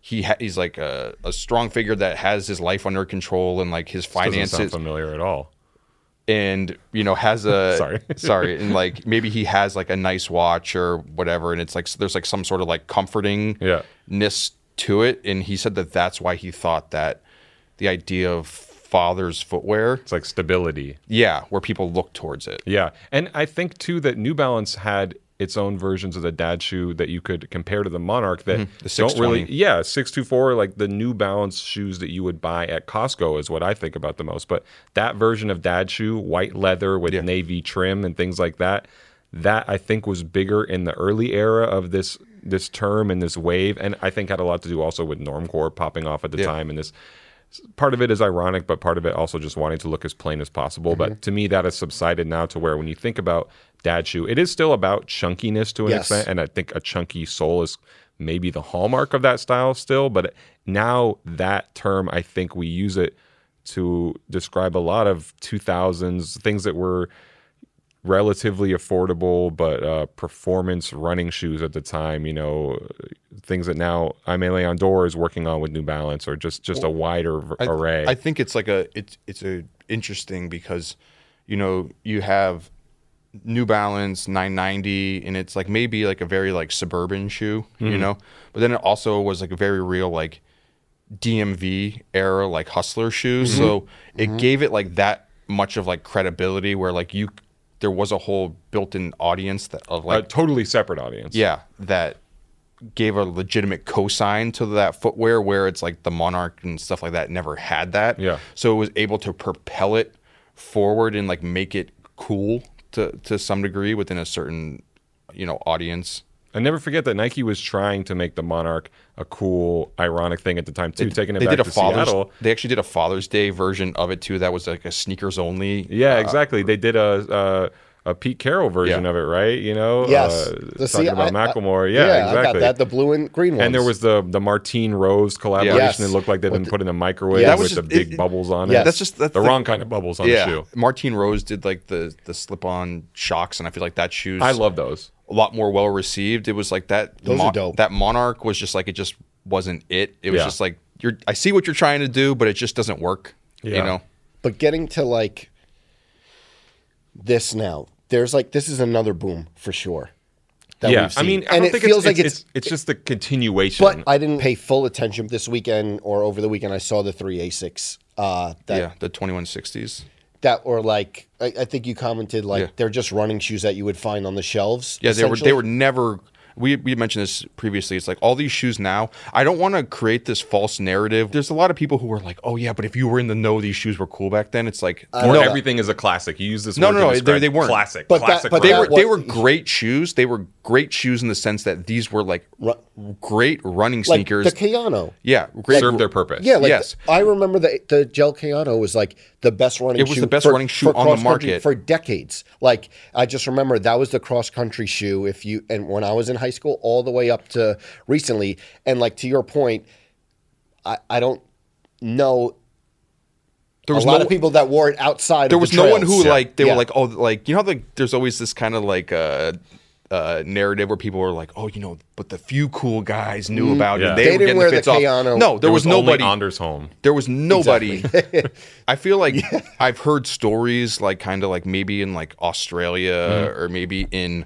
[SPEAKER 2] he ha- he's like a, a strong figure that has his life under control and like his
[SPEAKER 3] Doesn't sound
[SPEAKER 2] finances,
[SPEAKER 3] familiar at all.
[SPEAKER 2] and you know has a
[SPEAKER 3] Sorry.
[SPEAKER 2] sorry, and like maybe he has like a nice watch or whatever, and it's like there's like some sort of like comforting
[SPEAKER 3] Yeah.
[SPEAKER 2] ness to it and he said that that's why he thought that the idea of father's footwear.
[SPEAKER 3] It's like stability.
[SPEAKER 2] Yeah, where people look towards it.
[SPEAKER 3] Yeah. And I think too that New Balance had its own versions of the dad shoe that you could compare to the Monarch that
[SPEAKER 2] Mm-hmm. The
[SPEAKER 3] don't really
[SPEAKER 2] 620.
[SPEAKER 3] yeah, 624 like the New Balance shoes that you would buy at Costco is what I think about the most, but that version of dad shoe, white leather with navy trim and things like that, that I think was bigger in the early era of this this term and this wave and I think had a lot to do also with normcore popping off at the time and this part of it is ironic, but part of it also just wanting to look as plain as possible.
[SPEAKER 2] Mm-hmm.
[SPEAKER 3] But to me, that has subsided now to where when you think about dad shoe, it is still about chunkiness to an
[SPEAKER 1] Yes.
[SPEAKER 3] extent. And I think a chunky sole is maybe the hallmark of that style still. But now that term, I think we use it to describe a lot of 2000s things that were relatively affordable but uh, performance running shoes at the time you know things that now i'm on door is working on with new balance or just just a wider v-
[SPEAKER 2] I-
[SPEAKER 3] array
[SPEAKER 2] I think it's like a it's it's a interesting because you know you have New Balance 990 and it's like maybe like a very like suburban shoe, you know, but then it also was like a very real like DMV era like hustler shoes. So it gave it like that much of like credibility where like you there was a whole built-in audience that of
[SPEAKER 3] a
[SPEAKER 2] like
[SPEAKER 3] totally separate audience
[SPEAKER 2] yeah, that gave a legitimate cosign to that footwear where it's like the Monarch and stuff like that never had that.
[SPEAKER 3] Yeah.
[SPEAKER 2] So it was able to propel it forward and like make it cool to to some degree within a certain you know audience.
[SPEAKER 3] and never forget that nike was trying to make the monarch a cool ironic thing at the time too taking it
[SPEAKER 2] They
[SPEAKER 3] back
[SPEAKER 2] did a
[SPEAKER 3] to
[SPEAKER 2] Father's
[SPEAKER 3] seattle
[SPEAKER 2] they actually did a Father's Day version of it too that was like a sneakers only.
[SPEAKER 3] yeah exactly they did a, uh, a a pete carroll version
[SPEAKER 2] uh, Yeah.
[SPEAKER 3] of it right you know
[SPEAKER 1] Yes.
[SPEAKER 3] uh,
[SPEAKER 1] The- see,
[SPEAKER 3] talking about
[SPEAKER 1] I- I-
[SPEAKER 3] macklemore yeah, exactly
[SPEAKER 1] I got that. The blue and green ones.
[SPEAKER 3] And there was the the Martine Rose collaboration.
[SPEAKER 1] Yes.
[SPEAKER 3] It looked like they'd been put in the microwave
[SPEAKER 1] Yes. That
[SPEAKER 3] with
[SPEAKER 1] was
[SPEAKER 3] the
[SPEAKER 2] just-
[SPEAKER 3] big
[SPEAKER 2] it- it-
[SPEAKER 3] bubbles on
[SPEAKER 1] Yeah,
[SPEAKER 3] it.
[SPEAKER 1] that's
[SPEAKER 2] just- that's
[SPEAKER 3] the,
[SPEAKER 2] the-
[SPEAKER 3] wrong kind of bubbles on the
[SPEAKER 2] Yeah,
[SPEAKER 3] shoe.
[SPEAKER 2] Martine Rose did like the the slip on shocks, and I feel like that shoes.
[SPEAKER 3] I love those.
[SPEAKER 2] a lot more well received. It was like that.
[SPEAKER 1] Those are dope.
[SPEAKER 2] That Monarch was just like it just wasn't it. It was
[SPEAKER 3] Yeah.
[SPEAKER 2] just like you're. I see what you're trying to do, but it just doesn't work.
[SPEAKER 3] Yeah.
[SPEAKER 2] You know.
[SPEAKER 1] but getting to like this now, there's like this is another boom for sure. That
[SPEAKER 3] yeah,
[SPEAKER 1] we've
[SPEAKER 3] I
[SPEAKER 1] seen.
[SPEAKER 3] mean, I
[SPEAKER 1] and
[SPEAKER 3] don't
[SPEAKER 1] it
[SPEAKER 3] think
[SPEAKER 1] feels
[SPEAKER 3] it's,
[SPEAKER 1] like
[SPEAKER 3] it's,
[SPEAKER 1] it's,
[SPEAKER 3] it's it's just the continuation.
[SPEAKER 1] But I didn't pay full attention this weekend or over the weekend. I saw the three Asics uh, that
[SPEAKER 2] yeah. The 2160s.
[SPEAKER 1] that were like I, I think you commented like
[SPEAKER 2] Yeah.
[SPEAKER 1] they're just running shoes that you would find on the shelves.
[SPEAKER 2] Yeah, they were.
[SPEAKER 1] essentially.
[SPEAKER 2] They were never. We, we mentioned this previously. It's like all these shoes now. I don't want to create this false narrative. There's a lot of people who are like, "Oh yeah, but if you were in the know, these shoes were cool back then." It's like
[SPEAKER 3] or
[SPEAKER 2] no,
[SPEAKER 3] everything is a classic. You use this.
[SPEAKER 2] No,
[SPEAKER 3] word
[SPEAKER 2] no,
[SPEAKER 3] to
[SPEAKER 2] no, they-
[SPEAKER 3] describe
[SPEAKER 2] they weren't.
[SPEAKER 3] classic.
[SPEAKER 1] But that-
[SPEAKER 3] classic.
[SPEAKER 1] but
[SPEAKER 2] they
[SPEAKER 1] that
[SPEAKER 2] were
[SPEAKER 3] product.
[SPEAKER 1] was-
[SPEAKER 2] they were great shoes. They were great shoes in the sense that these were like
[SPEAKER 1] Ru-
[SPEAKER 2] great running
[SPEAKER 1] like
[SPEAKER 2] sneakers.
[SPEAKER 1] the Keanu.
[SPEAKER 2] yeah, great
[SPEAKER 3] served their purpose.
[SPEAKER 1] Yeah, like
[SPEAKER 2] Yes.
[SPEAKER 1] the- I remember the the Gel Keanu was like the best running.
[SPEAKER 2] It was
[SPEAKER 1] shoe
[SPEAKER 2] the best
[SPEAKER 1] for-
[SPEAKER 2] running shoe
[SPEAKER 1] for
[SPEAKER 2] on the
[SPEAKER 1] cross-country
[SPEAKER 2] market.
[SPEAKER 1] for decades. Like I just remember that was the cross country shoe. If you and when I was in high school, all the way up to recently, and like to your point, I I don't know.
[SPEAKER 2] there
[SPEAKER 1] A
[SPEAKER 2] was
[SPEAKER 1] lot
[SPEAKER 2] no
[SPEAKER 1] of people that wore it outside.
[SPEAKER 2] there
[SPEAKER 1] of
[SPEAKER 2] was
[SPEAKER 1] the
[SPEAKER 2] no one
[SPEAKER 1] trails.
[SPEAKER 2] who like they
[SPEAKER 1] Yeah.
[SPEAKER 2] were like oh like you know how like there's always this kind of like uh uh, narrative where people were like, "Oh, you know," but the few cool guys knew
[SPEAKER 1] Mm,
[SPEAKER 2] about
[SPEAKER 3] Yeah.
[SPEAKER 2] it. They,
[SPEAKER 1] They
[SPEAKER 2] were
[SPEAKER 1] didn't
[SPEAKER 2] getting
[SPEAKER 1] wear
[SPEAKER 2] the
[SPEAKER 1] the
[SPEAKER 2] fits off.
[SPEAKER 1] Keanu.
[SPEAKER 2] No, there,
[SPEAKER 3] There
[SPEAKER 2] was,
[SPEAKER 3] only
[SPEAKER 2] nobody.
[SPEAKER 3] Anders home.
[SPEAKER 2] There was nobody. I feel like I've heard stories like kind of like maybe in like Australia
[SPEAKER 1] Mm.
[SPEAKER 2] or maybe in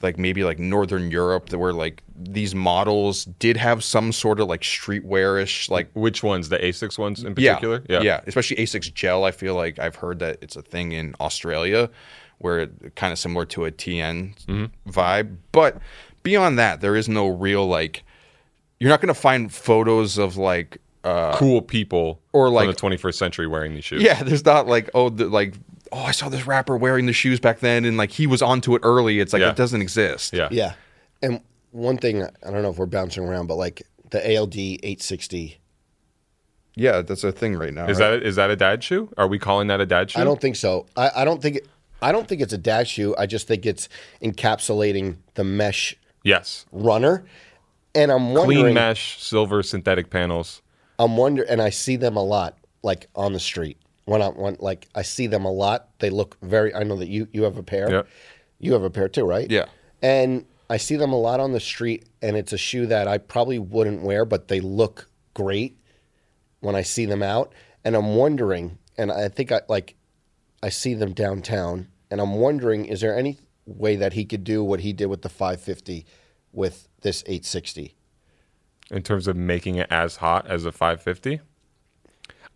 [SPEAKER 2] like maybe like Northern Europe that were like these models did have some sort of like streetwearish like
[SPEAKER 3] Which ones? The Asics ones in particular?
[SPEAKER 2] yeah. Especially Asics gel. I feel like I've heard that it's a thing in Australia where it kind of similar to a TN
[SPEAKER 3] Mm-hmm.
[SPEAKER 2] vibe. But beyond that, there is no real like you're not gonna find photos of like uh
[SPEAKER 3] Cool people
[SPEAKER 2] Or
[SPEAKER 3] from
[SPEAKER 2] like-
[SPEAKER 3] the 21st century wearing these shoes.
[SPEAKER 2] yeah, there's not like oh the, like oh I saw this rapper wearing the shoes back then and like he was onto it early. It's like
[SPEAKER 3] Yeah.
[SPEAKER 2] it doesn't exist.
[SPEAKER 3] yeah,
[SPEAKER 1] Yeah. And one thing, I don't know if we're bouncing around, but like the ALD 860,
[SPEAKER 2] Yeah, that's a thing right now.
[SPEAKER 3] Is
[SPEAKER 2] right?
[SPEAKER 3] that is that a dad shoe? Are we calling that a dad shoe?
[SPEAKER 1] I don't think so. I, I don't think, I don't think it's a dash shoe. I just think it's encapsulating the mesh
[SPEAKER 3] Yes,
[SPEAKER 1] runner. And I'm wondering,
[SPEAKER 3] clean mesh, silver synthetic panels.
[SPEAKER 1] I'm wonder, and I see them a lot, like on the street. When I when like I see them a lot, they look very. I know that you you have a pair.
[SPEAKER 3] Yeah.
[SPEAKER 1] You have a pair too, right?
[SPEAKER 2] Yeah.
[SPEAKER 1] And I see them a lot on the street, and it's a shoe that I probably wouldn't wear, but they look great when I see them out. And I'm wondering, and I think I like, I see them downtown, and I'm wondering, is there any way that he could do what he did with the 550 with this 860?
[SPEAKER 3] in terms of making it as hot as a 550?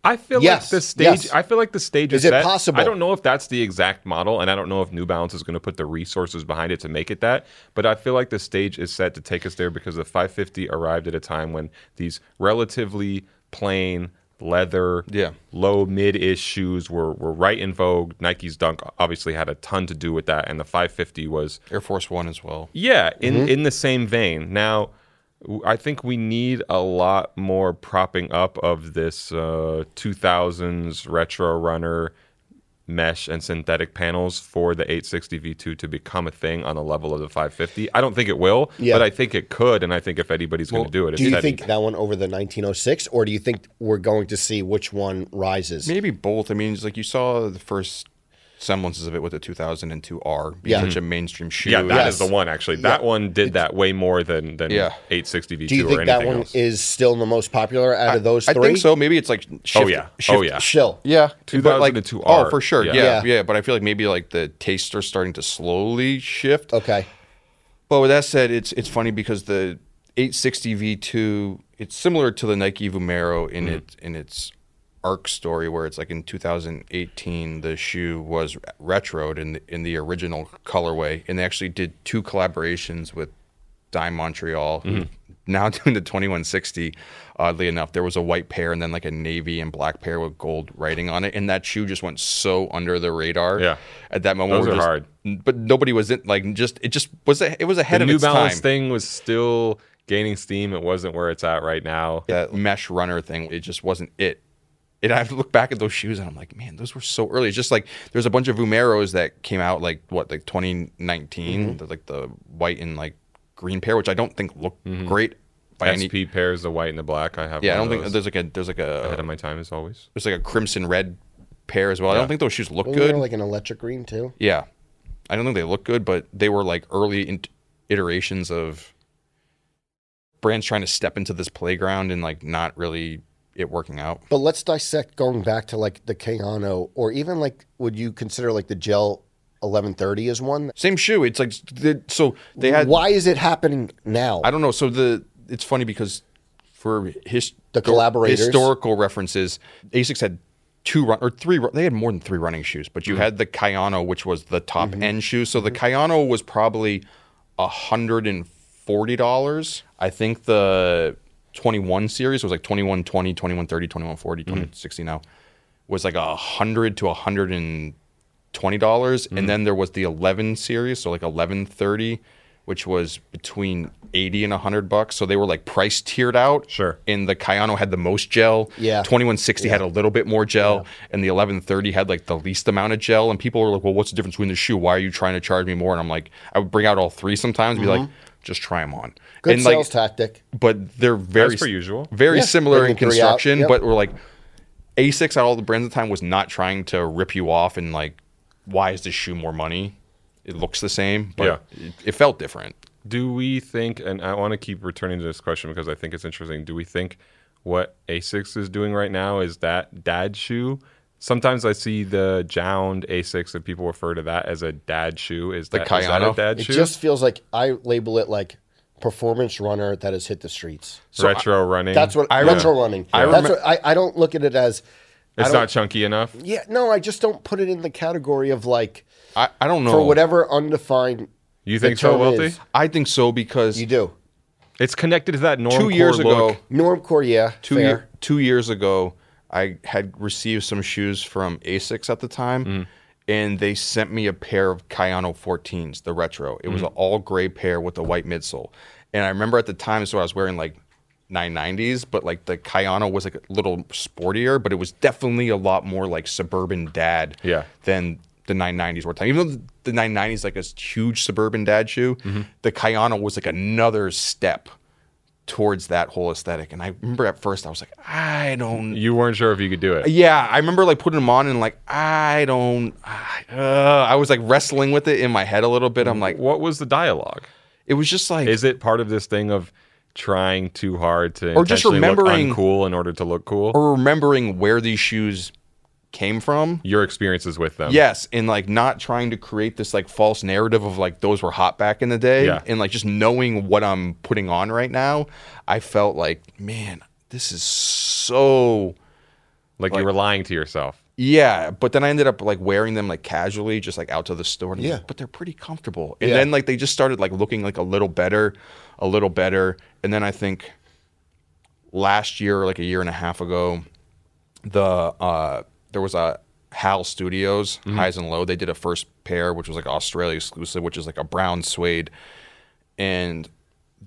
[SPEAKER 3] I feel
[SPEAKER 1] Yes,
[SPEAKER 3] like the stage.
[SPEAKER 1] yes.
[SPEAKER 3] I feel like the stage
[SPEAKER 1] Is
[SPEAKER 3] is,
[SPEAKER 1] it
[SPEAKER 3] set.
[SPEAKER 1] possible?
[SPEAKER 3] I don't know if that's the exact model, and I don't know if New Balance is going to put the resources behind it to make it that. But I feel like the stage is set to take us there because the 550 arrived at a time when these relatively plain leather,
[SPEAKER 2] Yeah.
[SPEAKER 3] low mid-ish shoes were were right in vogue. Nike's Dunk obviously had a ton to do with that, and the 550 was
[SPEAKER 2] Air Force One as well.
[SPEAKER 3] yeah, in
[SPEAKER 1] Mm-hmm.
[SPEAKER 3] in the same vein. Now, w- I think we need a lot more propping up of this uh, 2000s retro runner mesh and synthetic panels for the 860 V2 to become a thing on the level of the 550. I don't think it will,
[SPEAKER 1] Yeah.
[SPEAKER 3] but I think it could, and I think if anybody's going to do it, it's
[SPEAKER 1] Do you
[SPEAKER 3] Teddy.
[SPEAKER 1] think that one over the 1906, or do you think we're going to see which one rises?
[SPEAKER 2] Maybe both. I mean, it's like you saw the first semblances of it with the 2002 R, being
[SPEAKER 1] Yeah.
[SPEAKER 2] such a mainstream shoe.
[SPEAKER 3] Yeah, that is
[SPEAKER 1] Yes.
[SPEAKER 3] the one actually. That one did that way more than than
[SPEAKER 2] Yeah.
[SPEAKER 3] 860 V2
[SPEAKER 1] Do you
[SPEAKER 3] or
[SPEAKER 1] think
[SPEAKER 3] anything
[SPEAKER 1] that one
[SPEAKER 3] else.
[SPEAKER 1] is still the most popular out of those
[SPEAKER 2] I
[SPEAKER 1] three?
[SPEAKER 2] think so. Maybe it's like shift,
[SPEAKER 3] oh yeah.
[SPEAKER 2] shift-
[SPEAKER 3] oh yeah.
[SPEAKER 1] Still.
[SPEAKER 2] yeah. but, like-
[SPEAKER 3] 2002
[SPEAKER 2] Oh,
[SPEAKER 3] R.
[SPEAKER 2] for sure.
[SPEAKER 3] Yeah.
[SPEAKER 2] Yeah.
[SPEAKER 1] Yeah.
[SPEAKER 2] yeah, But I feel like maybe like the tastes are starting to slowly shift.
[SPEAKER 1] Okay.
[SPEAKER 2] But with that said, it's it's funny because the 860 V2 it's similar to the Nike Vomero in it in its arc story where it's like in 2018 the shoe was retroed in the, in the original colorway and they actually did two collaborations with Dime Montreal who now doing the 2160 oddly enough there was a white pair and then like a navy and black pair with gold writing on it and that shoe just went so under the radar
[SPEAKER 3] Yeah.
[SPEAKER 2] at that moment
[SPEAKER 3] Those
[SPEAKER 2] we're
[SPEAKER 3] are
[SPEAKER 2] just-
[SPEAKER 3] hard.
[SPEAKER 2] but nobody was in like just it just was a, it was ahead
[SPEAKER 3] the
[SPEAKER 2] of
[SPEAKER 3] New
[SPEAKER 2] its
[SPEAKER 3] Balance
[SPEAKER 2] time.
[SPEAKER 3] thing was still gaining steam. It wasn't where it's at right now.
[SPEAKER 2] That mesh runner thing, it just wasn't it. And I have to look back at those shoes and I'm like, man, those were so early. It's just like there's a bunch of Vumeros that came out like what, like
[SPEAKER 3] Mm-hmm.
[SPEAKER 2] 2019, They're, like the white and like green pair, which I don't think look
[SPEAKER 3] Mm-hmm.
[SPEAKER 2] great by
[SPEAKER 3] SP
[SPEAKER 2] any.
[SPEAKER 3] pairs, the white and the black. I have.
[SPEAKER 2] Yeah, I don't
[SPEAKER 3] one of
[SPEAKER 2] think
[SPEAKER 3] those.
[SPEAKER 2] there's like a there's like
[SPEAKER 3] ahead
[SPEAKER 2] a
[SPEAKER 3] of my time as always.
[SPEAKER 2] there's like a crimson red pair as well. I don't think those shoes look
[SPEAKER 1] Wasn't there
[SPEAKER 2] good.
[SPEAKER 1] like an electric green too.
[SPEAKER 2] Yeah. I don't think they look good, but they were like early in- iterations of brands trying to step into this playground and like not really it working out.
[SPEAKER 1] But let's dissect going back to like the Keanu, or even like would you consider like the Gel 1130 as one?
[SPEAKER 2] Same shoe. It's like the, so they had
[SPEAKER 1] Why is it happening now?
[SPEAKER 2] I don't know. So the it's funny because for his
[SPEAKER 1] The collaborators.
[SPEAKER 2] historical references, Asics had two run or three. run- They had more than three running shoes, but you
[SPEAKER 1] Mm-hmm.
[SPEAKER 2] had the Kayano, which was the top end shoe. So the Kayano was probably hundred and forty dollars. I think the twenty one series was like 2120, 2130, 2140,
[SPEAKER 1] Mm-hmm.
[SPEAKER 2] 2160 now was like a hundred to a hundred and twenty dollars, and then there was the eleven series, so like eleven thirty, which was between eighty and hundred bucks. So they were like price tiered out.
[SPEAKER 3] Sure.
[SPEAKER 2] And the Kayano had the most gel.
[SPEAKER 1] Yeah.
[SPEAKER 2] Twenty one sixty had a little bit more gel, and the eleven thirty had like the least amount of gel. And people were like, "Well, what's the difference between the shoe? Why are you trying to charge me more?" And I'm like, I would bring out all three sometimes, and be like, "Just try them on."
[SPEAKER 1] Mm-hmm. Good
[SPEAKER 2] and
[SPEAKER 1] sales
[SPEAKER 2] like,
[SPEAKER 1] tactic.
[SPEAKER 2] but they're very
[SPEAKER 3] As per usual.
[SPEAKER 2] very
[SPEAKER 1] Yeah.
[SPEAKER 2] similar
[SPEAKER 1] Bring
[SPEAKER 2] in
[SPEAKER 1] the three out,
[SPEAKER 2] construction.
[SPEAKER 1] yep.
[SPEAKER 2] But we're like, Asics at all the brands at the time was not trying to rip you off and like, why is this shoe more money? It looks the same, but it, it felt different.
[SPEAKER 3] Do we think? And I want to keep returning to this question because I think it's interesting. Do we think what Asics is doing right now is that dad shoe? Sometimes I see the Jound Asics and people refer to that as a dad shoe. Is that, is that a
[SPEAKER 2] Kayano?
[SPEAKER 3] dad
[SPEAKER 1] It
[SPEAKER 3] shoe?
[SPEAKER 1] just feels like I label it like performance runner that has hit the streets.
[SPEAKER 3] retro running.
[SPEAKER 1] That's what
[SPEAKER 2] I
[SPEAKER 1] I
[SPEAKER 2] rem-
[SPEAKER 1] retro running.
[SPEAKER 2] I
[SPEAKER 1] That's
[SPEAKER 2] remem-
[SPEAKER 1] what I, I don't look at it as. I
[SPEAKER 3] It's
[SPEAKER 1] don't-
[SPEAKER 3] not chunky enough.
[SPEAKER 1] Yeah, no, I just don't put it in the category of like
[SPEAKER 2] I, I don't know.
[SPEAKER 1] for whatever undefined.
[SPEAKER 3] You
[SPEAKER 1] the
[SPEAKER 3] think so,
[SPEAKER 1] term
[SPEAKER 3] Wealthy?
[SPEAKER 1] is.
[SPEAKER 2] I think so because
[SPEAKER 1] You do.
[SPEAKER 3] It's connected to that norm.
[SPEAKER 2] two years ago,
[SPEAKER 1] Normcore, yeah.
[SPEAKER 2] two
[SPEAKER 1] fair.
[SPEAKER 2] year, two years ago, I had received some shoes from Asics at the time, and they sent me a pair of Kayano 14s, the retro. It was an all gray pair with a white midsole, and I remember at the time, so I was wearing like 990s, but like the Kayano was like a little sportier, but it was definitely a lot more like suburban dad
[SPEAKER 3] Yeah.
[SPEAKER 2] than the 990s were time. Even though the 990s like a huge suburban dad shoe, the Kayano was like another step towards that whole aesthetic. And I remember at first I was like, I don't.
[SPEAKER 3] you weren't sure if you could do it.
[SPEAKER 2] Yeah, I remember like putting them on and like I don't. I- Uh, I was like wrestling with it in my head a little bit. I'm like,
[SPEAKER 3] What was the dialogue?
[SPEAKER 2] it was just like
[SPEAKER 3] Is it part of this thing of trying too hard to
[SPEAKER 2] Or just
[SPEAKER 3] intentionally look
[SPEAKER 2] remembering-
[SPEAKER 3] uncool in order to look cool?
[SPEAKER 2] or remembering where these shoes came from.
[SPEAKER 3] Your experiences with them.
[SPEAKER 2] Yes, and like not trying to create this like false narrative of like those were hot back in the day,
[SPEAKER 3] Yeah.
[SPEAKER 2] and like just knowing what I'm putting on right now, I felt like man, this is so
[SPEAKER 3] Like, you were lying to yourself.
[SPEAKER 2] Yeah, but then I ended up like wearing them like casually, just like out to the store. And I'm
[SPEAKER 1] Yeah.
[SPEAKER 2] like, but they're pretty comfortable. And
[SPEAKER 1] Yeah.
[SPEAKER 2] then like they just started like looking like a little better, a little better. And then I think last year, like a year and a half ago, the uh there was a Hal Studios
[SPEAKER 1] Mm-hmm.
[SPEAKER 2] highs and low. They did a first pair, which was like Australia exclusive, which is like a brown suede, and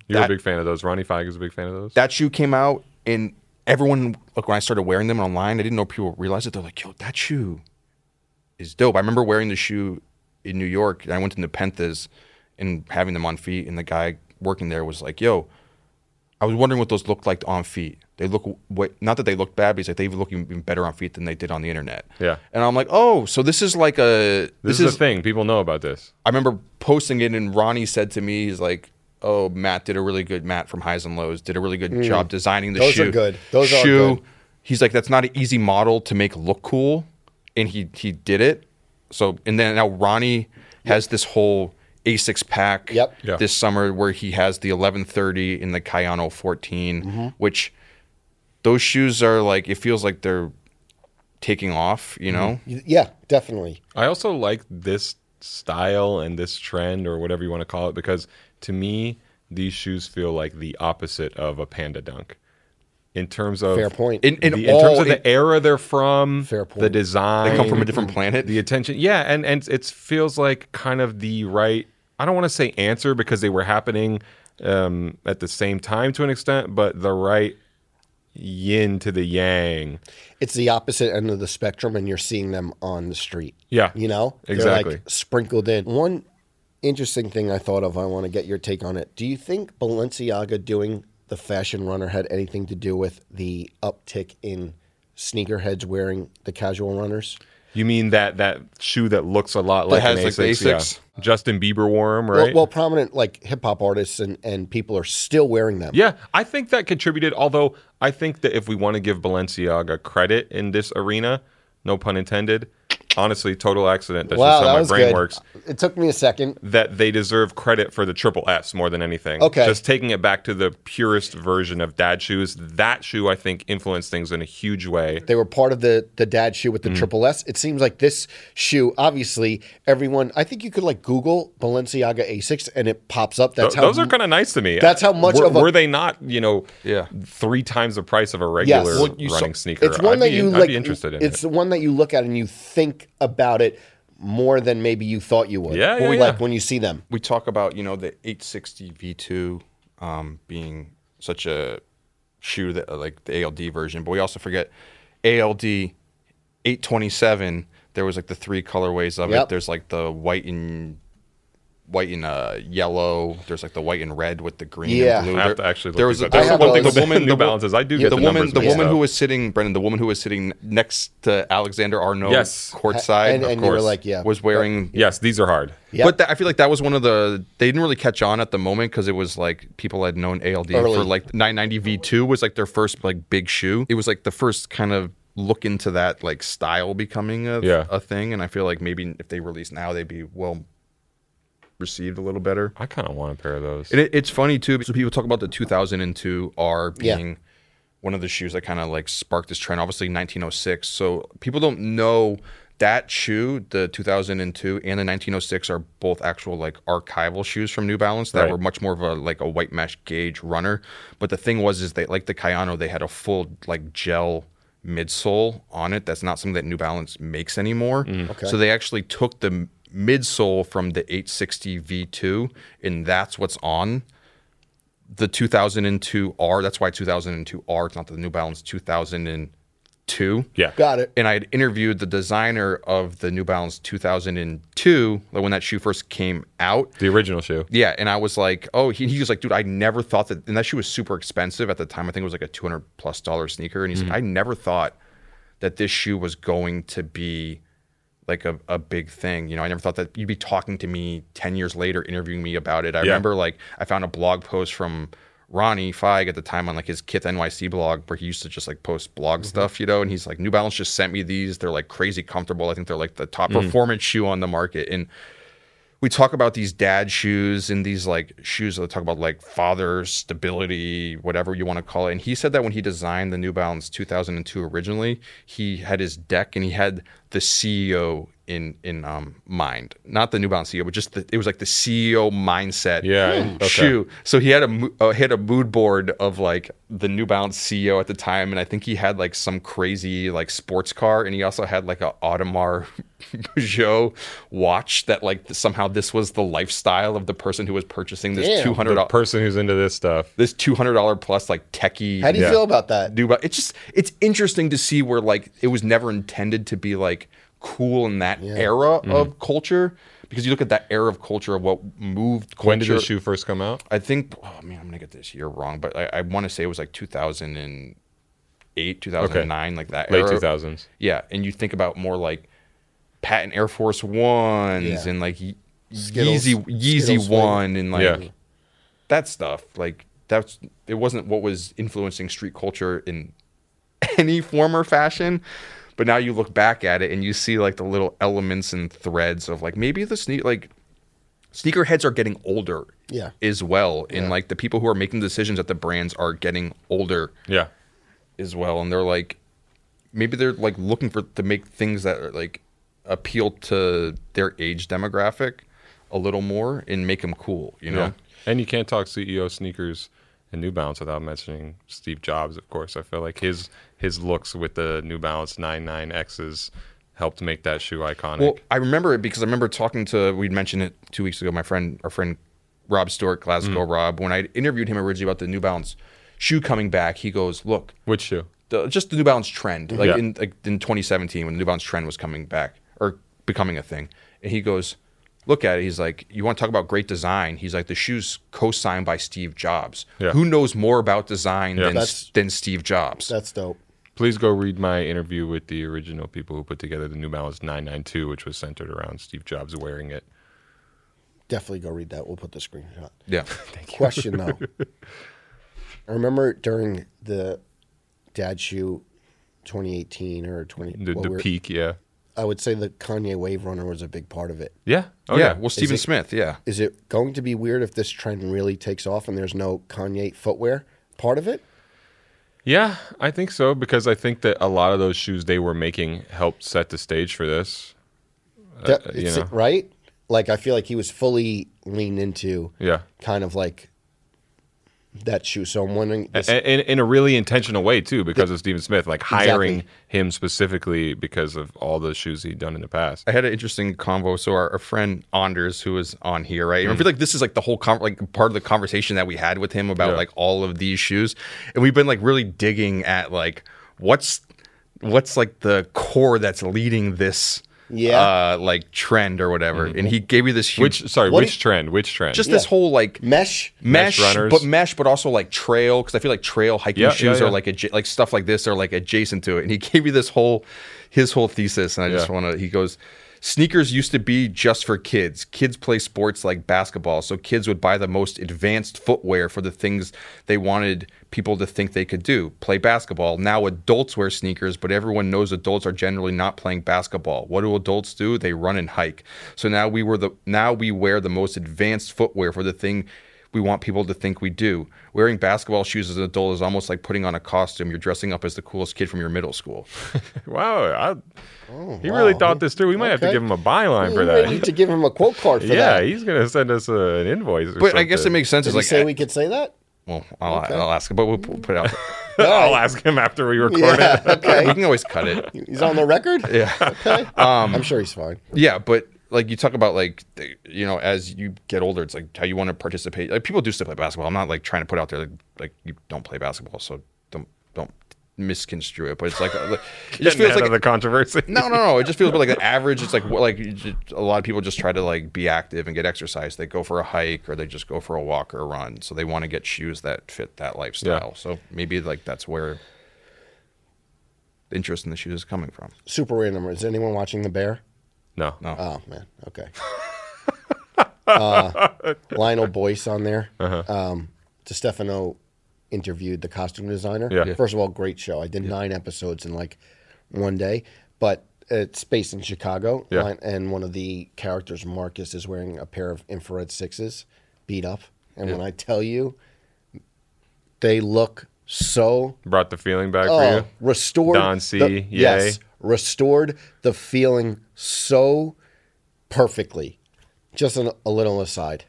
[SPEAKER 3] You're
[SPEAKER 2] That-
[SPEAKER 3] a big fan of those. Ronnie Feig is a big fan of those.
[SPEAKER 2] that shoe came out and everyone like when I started wearing them online, I didn't know people realized it. They're like, yo, that shoe is dope. I remember wearing the shoe in New York and I went to Nepenthes and having them on feet and the guy working there was like, yo, I was wondering what those looked like on feet. They look what not that they looked bad, but he's like they look even better on feet than they did on the internet.
[SPEAKER 3] Yeah.
[SPEAKER 2] And I'm like, oh, so this is like a
[SPEAKER 3] this, is, a thing. People know about this.
[SPEAKER 2] I remember posting it, and Ronnie said to me, "He's like, oh, Matt did a really good Matt from Highs and Lows did a really good job designing the
[SPEAKER 1] Mm. Those
[SPEAKER 2] shoe.
[SPEAKER 1] are good. Those are
[SPEAKER 2] shoe.
[SPEAKER 1] good.
[SPEAKER 2] He's like, that's not an easy model to make look cool, and he he did it. So and then now Ronnie has this whole Asics pack.
[SPEAKER 1] Yep.
[SPEAKER 3] Yeah.
[SPEAKER 2] This summer where he has the 1130 and the Kayano 14,
[SPEAKER 1] Mm-hmm.
[SPEAKER 2] which those shoes are like it feels like they're taking off.
[SPEAKER 1] Mm-hmm.
[SPEAKER 2] You know.
[SPEAKER 1] Yeah, definitely.
[SPEAKER 3] I also like this style and this trend or whatever you want to call it because to me these shoes feel like the opposite of a panda dunk in terms of
[SPEAKER 1] Fair point.
[SPEAKER 2] In, in,
[SPEAKER 3] the-
[SPEAKER 2] all,
[SPEAKER 3] in terms of
[SPEAKER 2] it-
[SPEAKER 3] the era they're from
[SPEAKER 1] Fair
[SPEAKER 3] the
[SPEAKER 1] point.
[SPEAKER 3] design
[SPEAKER 2] they come from a different planet.
[SPEAKER 3] the attention yeah and and it feels like kind of the right i don't want to say answer because they were happening um at the same time to an extent but the right yin to the yang
[SPEAKER 1] it's the opposite end of the spectrum and you're seeing them on the street.
[SPEAKER 3] Yeah.
[SPEAKER 1] You know? They're,
[SPEAKER 3] Exactly.
[SPEAKER 1] like sprinkled in. One interesting thing I thought of, I want to get your take on it. Do you think Balenciaga doing the fashion runner had anything to do with the uptick in sneakerheads wearing the casual runners?
[SPEAKER 3] you mean that that shoe that looks a lot like
[SPEAKER 2] has,
[SPEAKER 3] an
[SPEAKER 2] like,
[SPEAKER 3] Asics,
[SPEAKER 2] the
[SPEAKER 3] yeah.
[SPEAKER 2] Asics?
[SPEAKER 3] justin bieber wore 'em, right
[SPEAKER 1] Well, well, prominent like hip hop artists and, and people are still wearing them.
[SPEAKER 3] Yeah, I think that contributed. Although I think that if we want to give Balenciaga credit in this arena, no pun intended, honestly, total accident. That's
[SPEAKER 1] Wow,
[SPEAKER 3] just
[SPEAKER 1] that
[SPEAKER 3] how my
[SPEAKER 1] was
[SPEAKER 3] brain
[SPEAKER 1] good.
[SPEAKER 3] works.
[SPEAKER 1] It took me a second.
[SPEAKER 3] That they deserve credit for the triple S more than anything.
[SPEAKER 1] Okay.
[SPEAKER 3] Just taking it back to the purest version of dad shoes, that shoe I think influenced things in a huge way.
[SPEAKER 1] They were part of the the dad shoe
[SPEAKER 3] Mm.
[SPEAKER 1] with the triple S. It seems like this shoe, obviously, everyone. I think you could like Google Balenciaga Asics and it pops up. That's
[SPEAKER 3] Th-
[SPEAKER 1] how
[SPEAKER 3] those are kind of nice to me.
[SPEAKER 1] that's how much
[SPEAKER 3] were,
[SPEAKER 1] of a-
[SPEAKER 3] were they not? You know,
[SPEAKER 2] Yeah.
[SPEAKER 3] three times the price of a regular
[SPEAKER 1] Well,
[SPEAKER 2] you
[SPEAKER 3] running
[SPEAKER 2] saw-
[SPEAKER 3] sneaker.
[SPEAKER 1] It's one
[SPEAKER 3] I'd
[SPEAKER 1] that
[SPEAKER 3] be,
[SPEAKER 1] you
[SPEAKER 3] I'd
[SPEAKER 1] like.
[SPEAKER 3] be interested in.
[SPEAKER 1] It's
[SPEAKER 3] it.
[SPEAKER 1] the one that you look at and you think about it more than maybe you thought you would.
[SPEAKER 3] Yeah, yeah,
[SPEAKER 1] like
[SPEAKER 3] yeah.
[SPEAKER 1] when you see them.
[SPEAKER 2] we talk about you know the 860 V2 um, being such a shoe that uh, like the ALD version, but we also forget ALD 827. There was like the three colorways of it.
[SPEAKER 1] Yep.
[SPEAKER 2] There's like the white and white and uh, yellow. There's like the white and red with the green
[SPEAKER 1] Yeah.
[SPEAKER 2] and blue.
[SPEAKER 3] I have
[SPEAKER 2] There-
[SPEAKER 3] to actually. Look
[SPEAKER 2] there was a,
[SPEAKER 3] these up.
[SPEAKER 1] I
[SPEAKER 2] there was
[SPEAKER 1] have
[SPEAKER 2] one
[SPEAKER 1] all
[SPEAKER 2] thing.
[SPEAKER 1] those.
[SPEAKER 2] The woman,
[SPEAKER 3] New
[SPEAKER 2] the, wo-
[SPEAKER 3] Balances. I do
[SPEAKER 2] yeah,
[SPEAKER 3] get
[SPEAKER 2] the,
[SPEAKER 3] the,
[SPEAKER 2] woman,
[SPEAKER 3] numbers
[SPEAKER 2] the
[SPEAKER 3] mixed
[SPEAKER 2] woman
[SPEAKER 3] up.
[SPEAKER 2] who was sitting, Brendan, the woman who was sitting next to Alexander Arnault,
[SPEAKER 3] Yes.
[SPEAKER 2] courtside,
[SPEAKER 1] And-
[SPEAKER 2] of
[SPEAKER 1] and you were
[SPEAKER 2] course,
[SPEAKER 1] like, yeah.
[SPEAKER 2] was wearing
[SPEAKER 3] Yes, these are hard.
[SPEAKER 1] Yep.
[SPEAKER 2] But that, I feel like that was one of the they didn't really catch on at the moment because it was like people had known ALD
[SPEAKER 1] Early.
[SPEAKER 2] for like 990 V2 was like their first like big shoe. It was like the first kind of look into that like style becoming a,
[SPEAKER 3] Yeah.
[SPEAKER 2] a thing, and I feel like maybe if they release now they'd be well received a little better.
[SPEAKER 3] I kind of want a pair of those.
[SPEAKER 2] And it, it's funny too. So people talk about the 2002 R
[SPEAKER 1] Yeah.
[SPEAKER 2] being one of the shoes that kind of like sparked this trend. Obviously 1906. So people don't know that shoe, the 2002 and the 1906 are both actual like archival shoes from New Balance that
[SPEAKER 3] Right.
[SPEAKER 2] were much more of a like a white mesh gauge runner. But the thing was is they like the Kayano, they had a full like gel midsole on it. That's not something that New Balance makes anymore.
[SPEAKER 1] Okay.
[SPEAKER 2] So they actually took the m- midsole from the 860 V2 and that's what's on the 2002 R. That's why 2002 R. It's not the New Balance 2002.
[SPEAKER 3] yeah.
[SPEAKER 1] Got it.
[SPEAKER 2] And I had interviewed the designer of the New Balance 2002, like when that shoe first came out.
[SPEAKER 3] The original shoe.
[SPEAKER 2] Yeah, and I was like, oh, he, he was like, dude, I never thought that, and that shoe was super expensive at the time. I think it was like a two hundred plus dollar sneaker, and he's like, I never thought that this shoe was going to be like a, a big thing. You know, I never thought that you'd be talking to me ten years later, interviewing me about it. I remember like I found a blog post from Ronnie Feig at the time on like his Kith NYC blog where he used to just like post blog stuff, you know, and he's like, New Balance just sent me these. They're like crazy comfortable. I think they're like the top performance shoe on the market, and we talk about these dad shoes and these like shoes that talk about like father stability, whatever you want to call it. And he said that when he designed the New Balance 2002 originally, he had his deck and he had the CEO in in um, mind, not the New Balance CEO, but just the, it was like the CEO mindset
[SPEAKER 3] Yeah, Hmm. okay.
[SPEAKER 2] shoe. So he had a mo- uh, he had a mood board of like the New Balance CEO at the time, and I think he had like some crazy like sports car, and he also had like a Audemars Peugeot watch that like somehow this was the lifestyle of the person who was purchasing this
[SPEAKER 1] Damn.
[SPEAKER 2] two
[SPEAKER 3] The
[SPEAKER 2] hundred
[SPEAKER 3] person who's into this stuff.
[SPEAKER 2] this two hundred dollar plus like techie.
[SPEAKER 1] How do you
[SPEAKER 3] Yeah.
[SPEAKER 1] feel about that?
[SPEAKER 2] New Ba- It's just it's interesting to see where like it was never intended to be like cool in that era
[SPEAKER 3] Mm-hmm.
[SPEAKER 2] of culture because you look at that era of culture of what moved culture.
[SPEAKER 3] When did this shoe first come out?
[SPEAKER 2] I think oh man, I'm gonna get this year wrong, but I, I want to say it was like 2008, 2009, like that
[SPEAKER 3] Late
[SPEAKER 2] era.
[SPEAKER 3] two thousands.
[SPEAKER 2] Yeah, and you think about more like patent Air Force Ones
[SPEAKER 1] Yeah.
[SPEAKER 2] and like Ye-
[SPEAKER 1] Skittles-
[SPEAKER 2] Yeezy Yeezy
[SPEAKER 1] Skittles flavor.
[SPEAKER 2] One and like
[SPEAKER 3] Yeah.
[SPEAKER 2] that stuff. Like that's it wasn't what was influencing street culture in any form or fashion. But now you look back at it and you see like the little elements and threads of like maybe the sneak like sneakerheads are getting older
[SPEAKER 1] Yeah.
[SPEAKER 2] as well. And like the people who are making decisions at the brands are getting older
[SPEAKER 3] Yeah.
[SPEAKER 2] as well and they're like maybe they're like looking for to make things that are like appeal to their age demographic a little more and make them cool you know
[SPEAKER 3] Yeah. And you can't talk CEO sneakers and New Balance without mentioning Steve Jobs, of course. I feel like his his looks with the New Balance 99Xs helped make that shoe iconic.
[SPEAKER 2] well i remember it because i remember talking to we'd mentioned it two weeks ago my friend our friend rob stewart glasgow
[SPEAKER 3] Mm.
[SPEAKER 2] rob when i interviewed him originally about the new balance shoe coming back he goes look
[SPEAKER 3] Which shoe?
[SPEAKER 2] the, just the New Balance trend, like
[SPEAKER 3] Yeah.
[SPEAKER 2] in like in 2017 when the New Balance trend was coming back or becoming a thing. And he goes, look at it. He's like, you want to talk about great design? He's like, the shoes co-signed by Steve Jobs.
[SPEAKER 3] Yeah.
[SPEAKER 2] Who knows more about design
[SPEAKER 3] Yeah.
[SPEAKER 2] than
[SPEAKER 1] That's-
[SPEAKER 2] than Steve Jobs?
[SPEAKER 1] That's dope.
[SPEAKER 3] Please go read my interview with the original people who put together the New Balance 992, which was centered around Steve Jobs wearing it.
[SPEAKER 1] Definitely go read that. We'll put the screenshot.
[SPEAKER 2] yeah,
[SPEAKER 1] Question though. I remember during the dad shoe 2018 or 20
[SPEAKER 3] The,
[SPEAKER 1] what
[SPEAKER 3] the
[SPEAKER 1] we're-
[SPEAKER 3] peak, yeah.
[SPEAKER 1] I would say the Kanye Wave Runner was a big part of it.
[SPEAKER 3] Yeah. Oh,
[SPEAKER 2] yeah.
[SPEAKER 3] yeah.
[SPEAKER 2] Well, Stephen
[SPEAKER 1] it-
[SPEAKER 2] Smith. Yeah,
[SPEAKER 1] Is it going to be weird if this trend really takes off and there's no Kanye footwear part of it?
[SPEAKER 3] Yeah, I think so because I think that a lot of those shoes they were making helped set the stage for this.
[SPEAKER 1] That-
[SPEAKER 3] uh, you
[SPEAKER 1] it's-
[SPEAKER 3] know.
[SPEAKER 1] Right? Like I feel like he was fully leaned into
[SPEAKER 3] Yeah.
[SPEAKER 1] kind of like that shoe. So I'm wondering this,
[SPEAKER 3] A- in, in a really intentional way too because of Steven Smith, like hiring
[SPEAKER 1] Exactly.
[SPEAKER 3] him specifically because of all the shoes he'd done in the past.
[SPEAKER 2] I had an interesting convo. So our, our friend Anders, who was on here, right?
[SPEAKER 3] Mm.
[SPEAKER 2] And I feel like this is like the whole con- like part of the conversation that we had with him about
[SPEAKER 3] Yeah.
[SPEAKER 2] like all of these shoes, and we've been like really digging at like what's what's like the core that's leading this
[SPEAKER 1] Yeah.
[SPEAKER 2] uh like trend or whatever. And he gave me this huge
[SPEAKER 3] Mm-hmm. Which sorry,
[SPEAKER 1] What do
[SPEAKER 3] which
[SPEAKER 1] you-
[SPEAKER 3] trend? Which trend?
[SPEAKER 2] just this whole like
[SPEAKER 1] mesh
[SPEAKER 2] mesh,
[SPEAKER 3] Mesh runners.
[SPEAKER 2] but mesh, but also like trail because I feel like trail hiking
[SPEAKER 3] Yeah, yeah,
[SPEAKER 2] shoes
[SPEAKER 3] yeah.
[SPEAKER 2] are like adja- like stuff like this are like adjacent to it. And he gave me this whole his whole thesis, and I just
[SPEAKER 3] Yeah.
[SPEAKER 2] want to. He goes, sneakers used to be just for kids. Kids play sports like basketball, so kids would buy the most advanced footwear for the things they wanted people to think they could do. Play basketball. Now adults wear sneakers, but everyone knows adults are generally not playing basketball. What do adults do? They run and hike. So now we were the now we wear the most advanced footwear for the thing we want people to think we do. Wearing basketball shoes as an adult is almost like putting on a costume. You're dressing up as the coolest kid from your middle school.
[SPEAKER 3] wow, I, he really
[SPEAKER 1] Oh, wow.
[SPEAKER 3] thought this through. We might have to
[SPEAKER 1] Okay.
[SPEAKER 3] give him a byline for
[SPEAKER 1] We
[SPEAKER 3] that.
[SPEAKER 1] need to give him a quote card for
[SPEAKER 3] yeah,
[SPEAKER 1] that.
[SPEAKER 3] he's gonna send us uh an invoice. Or
[SPEAKER 2] But I guess it
[SPEAKER 3] something.
[SPEAKER 2] makes sense.
[SPEAKER 1] Did
[SPEAKER 2] It's
[SPEAKER 1] he
[SPEAKER 2] like,
[SPEAKER 1] say
[SPEAKER 2] eh,
[SPEAKER 1] we could say that?
[SPEAKER 2] well, I'll, I'll ask, but we'll, we'll put it out. there.
[SPEAKER 3] I'll ask him after we record
[SPEAKER 1] Yeah,
[SPEAKER 3] it.
[SPEAKER 2] we
[SPEAKER 1] okay.
[SPEAKER 2] can always cut it.
[SPEAKER 1] He's on the record? Yeah. Okay.
[SPEAKER 3] Um,
[SPEAKER 1] I'm sure he's fine.
[SPEAKER 2] Yeah, but like you talk about like the- you know as you get older, it's like how you want to participate. Like people do still play basketball. I'm not like trying to put out there like, like you don't play basketball, so don't don't misconstrue it. But it's like, like it just feels
[SPEAKER 3] Ahead
[SPEAKER 2] like
[SPEAKER 3] of the controversy.
[SPEAKER 2] No, no, no. It just feels like an average. It's like what- like you ju- a lot of people just try to like be active and get exercise. They go for a hike or they just go for a walk or a run. So they want to get shoes that fit that lifestyle. So maybe like that's where the interest in the shoes is coming from.
[SPEAKER 1] Super random. Is anyone watching The Bear?
[SPEAKER 3] no,
[SPEAKER 2] No.
[SPEAKER 1] Oh, man. Okay. uh, Lionel Boyce on there.
[SPEAKER 3] Uh-huh.
[SPEAKER 1] Um, DeStefano interviewed the costume designer.
[SPEAKER 3] Yeah. Yeah.
[SPEAKER 1] First of all, great show. I did nine episodes in like one day, but it's based in Chicago,
[SPEAKER 3] Yeah.
[SPEAKER 1] line- and one of the characters, Marcus, is wearing a pair of infrared sixes, beat up. And when I tell you, they look so
[SPEAKER 3] Brought the feeling back for
[SPEAKER 1] oh,
[SPEAKER 3] you.
[SPEAKER 1] restored.
[SPEAKER 3] Don C,
[SPEAKER 1] the-
[SPEAKER 3] yay.
[SPEAKER 1] yes, restored the feeling so perfectly. Just an, a little aside.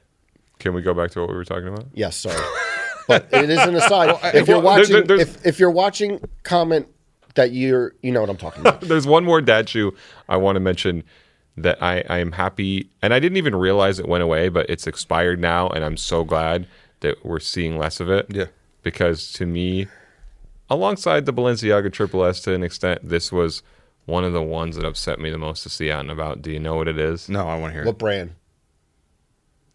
[SPEAKER 3] Can we go back to what we were talking about?
[SPEAKER 1] Yes, sorry. but it is an aside. if you're
[SPEAKER 3] well, there-
[SPEAKER 1] watching,
[SPEAKER 3] there- there's-
[SPEAKER 1] if, if you're watching, comment that you're you know what I'm talking about.
[SPEAKER 3] There's one more dad shoe I want to mention that I, I am happy, and I didn't even realize it went away, but it's expired now, and I'm so glad that we're seeing less of it.
[SPEAKER 2] Yeah.
[SPEAKER 3] Because to me, alongside the Balenciaga Triple S to an extent, this was one of the ones that upset me the most to see out and about. Do you know what it is?
[SPEAKER 2] No, I want to hear
[SPEAKER 1] what brand?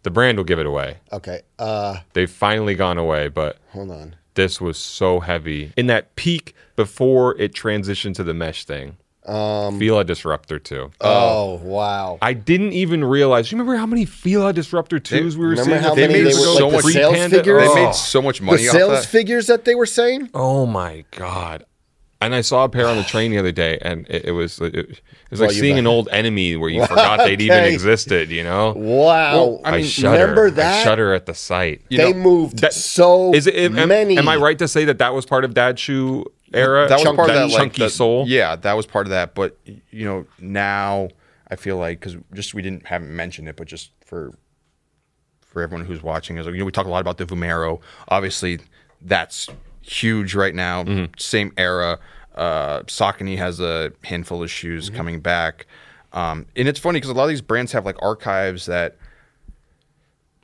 [SPEAKER 3] The brand will give it away.
[SPEAKER 1] Okay. Uh,
[SPEAKER 3] They've finally gone away, but
[SPEAKER 1] hold on.
[SPEAKER 3] this was so heavy in that peak before it transitioned to the mesh thing. Um, Fila Disruptor 2.
[SPEAKER 1] Oh wow.
[SPEAKER 3] I didn't even realize. You remember how many Fila Disruptor 2s we were
[SPEAKER 1] remember
[SPEAKER 3] seeing?
[SPEAKER 1] how
[SPEAKER 3] a few
[SPEAKER 1] many they
[SPEAKER 3] years
[SPEAKER 1] were,
[SPEAKER 3] ago?
[SPEAKER 1] like, the
[SPEAKER 3] Pre-
[SPEAKER 1] sales
[SPEAKER 3] Panda-
[SPEAKER 1] figures?
[SPEAKER 2] it. They
[SPEAKER 3] Oh.
[SPEAKER 2] made so much
[SPEAKER 1] The
[SPEAKER 2] money off
[SPEAKER 1] sales
[SPEAKER 2] that.
[SPEAKER 1] figures that they were saying.
[SPEAKER 3] Oh my god! And I saw a pair on the train the other day, and it, it was it, it was like
[SPEAKER 1] Well, you
[SPEAKER 3] seeing
[SPEAKER 1] bet.
[SPEAKER 3] an old enemy where you forgot they'd even
[SPEAKER 1] Okay.
[SPEAKER 3] existed. You know?
[SPEAKER 1] Wow.
[SPEAKER 3] I,
[SPEAKER 2] I mean,
[SPEAKER 3] shudder.
[SPEAKER 1] remember that?
[SPEAKER 3] I shudder at the sight.
[SPEAKER 2] You
[SPEAKER 1] they
[SPEAKER 2] know,
[SPEAKER 1] moved
[SPEAKER 3] That-
[SPEAKER 1] so
[SPEAKER 3] Is it? Am, am-
[SPEAKER 1] many.
[SPEAKER 3] Am I right to say that that was part of Dad Shoe era?
[SPEAKER 2] that was part of that, like,
[SPEAKER 3] chunky
[SPEAKER 2] the-
[SPEAKER 3] soul.
[SPEAKER 2] Yeah, that was part of that. But y- you know, now I feel like because just we didn't haven't mentioned it, but just for for everyone who's watching is you know we talk a lot about the Vomero. Obviously, that's huge right now.
[SPEAKER 3] Mm-hmm.
[SPEAKER 2] Same era. Uh, Saucony has a handful of shoes
[SPEAKER 3] Mm-hmm.
[SPEAKER 2] coming back, um, and it's funny because a lot of these brands have like archives that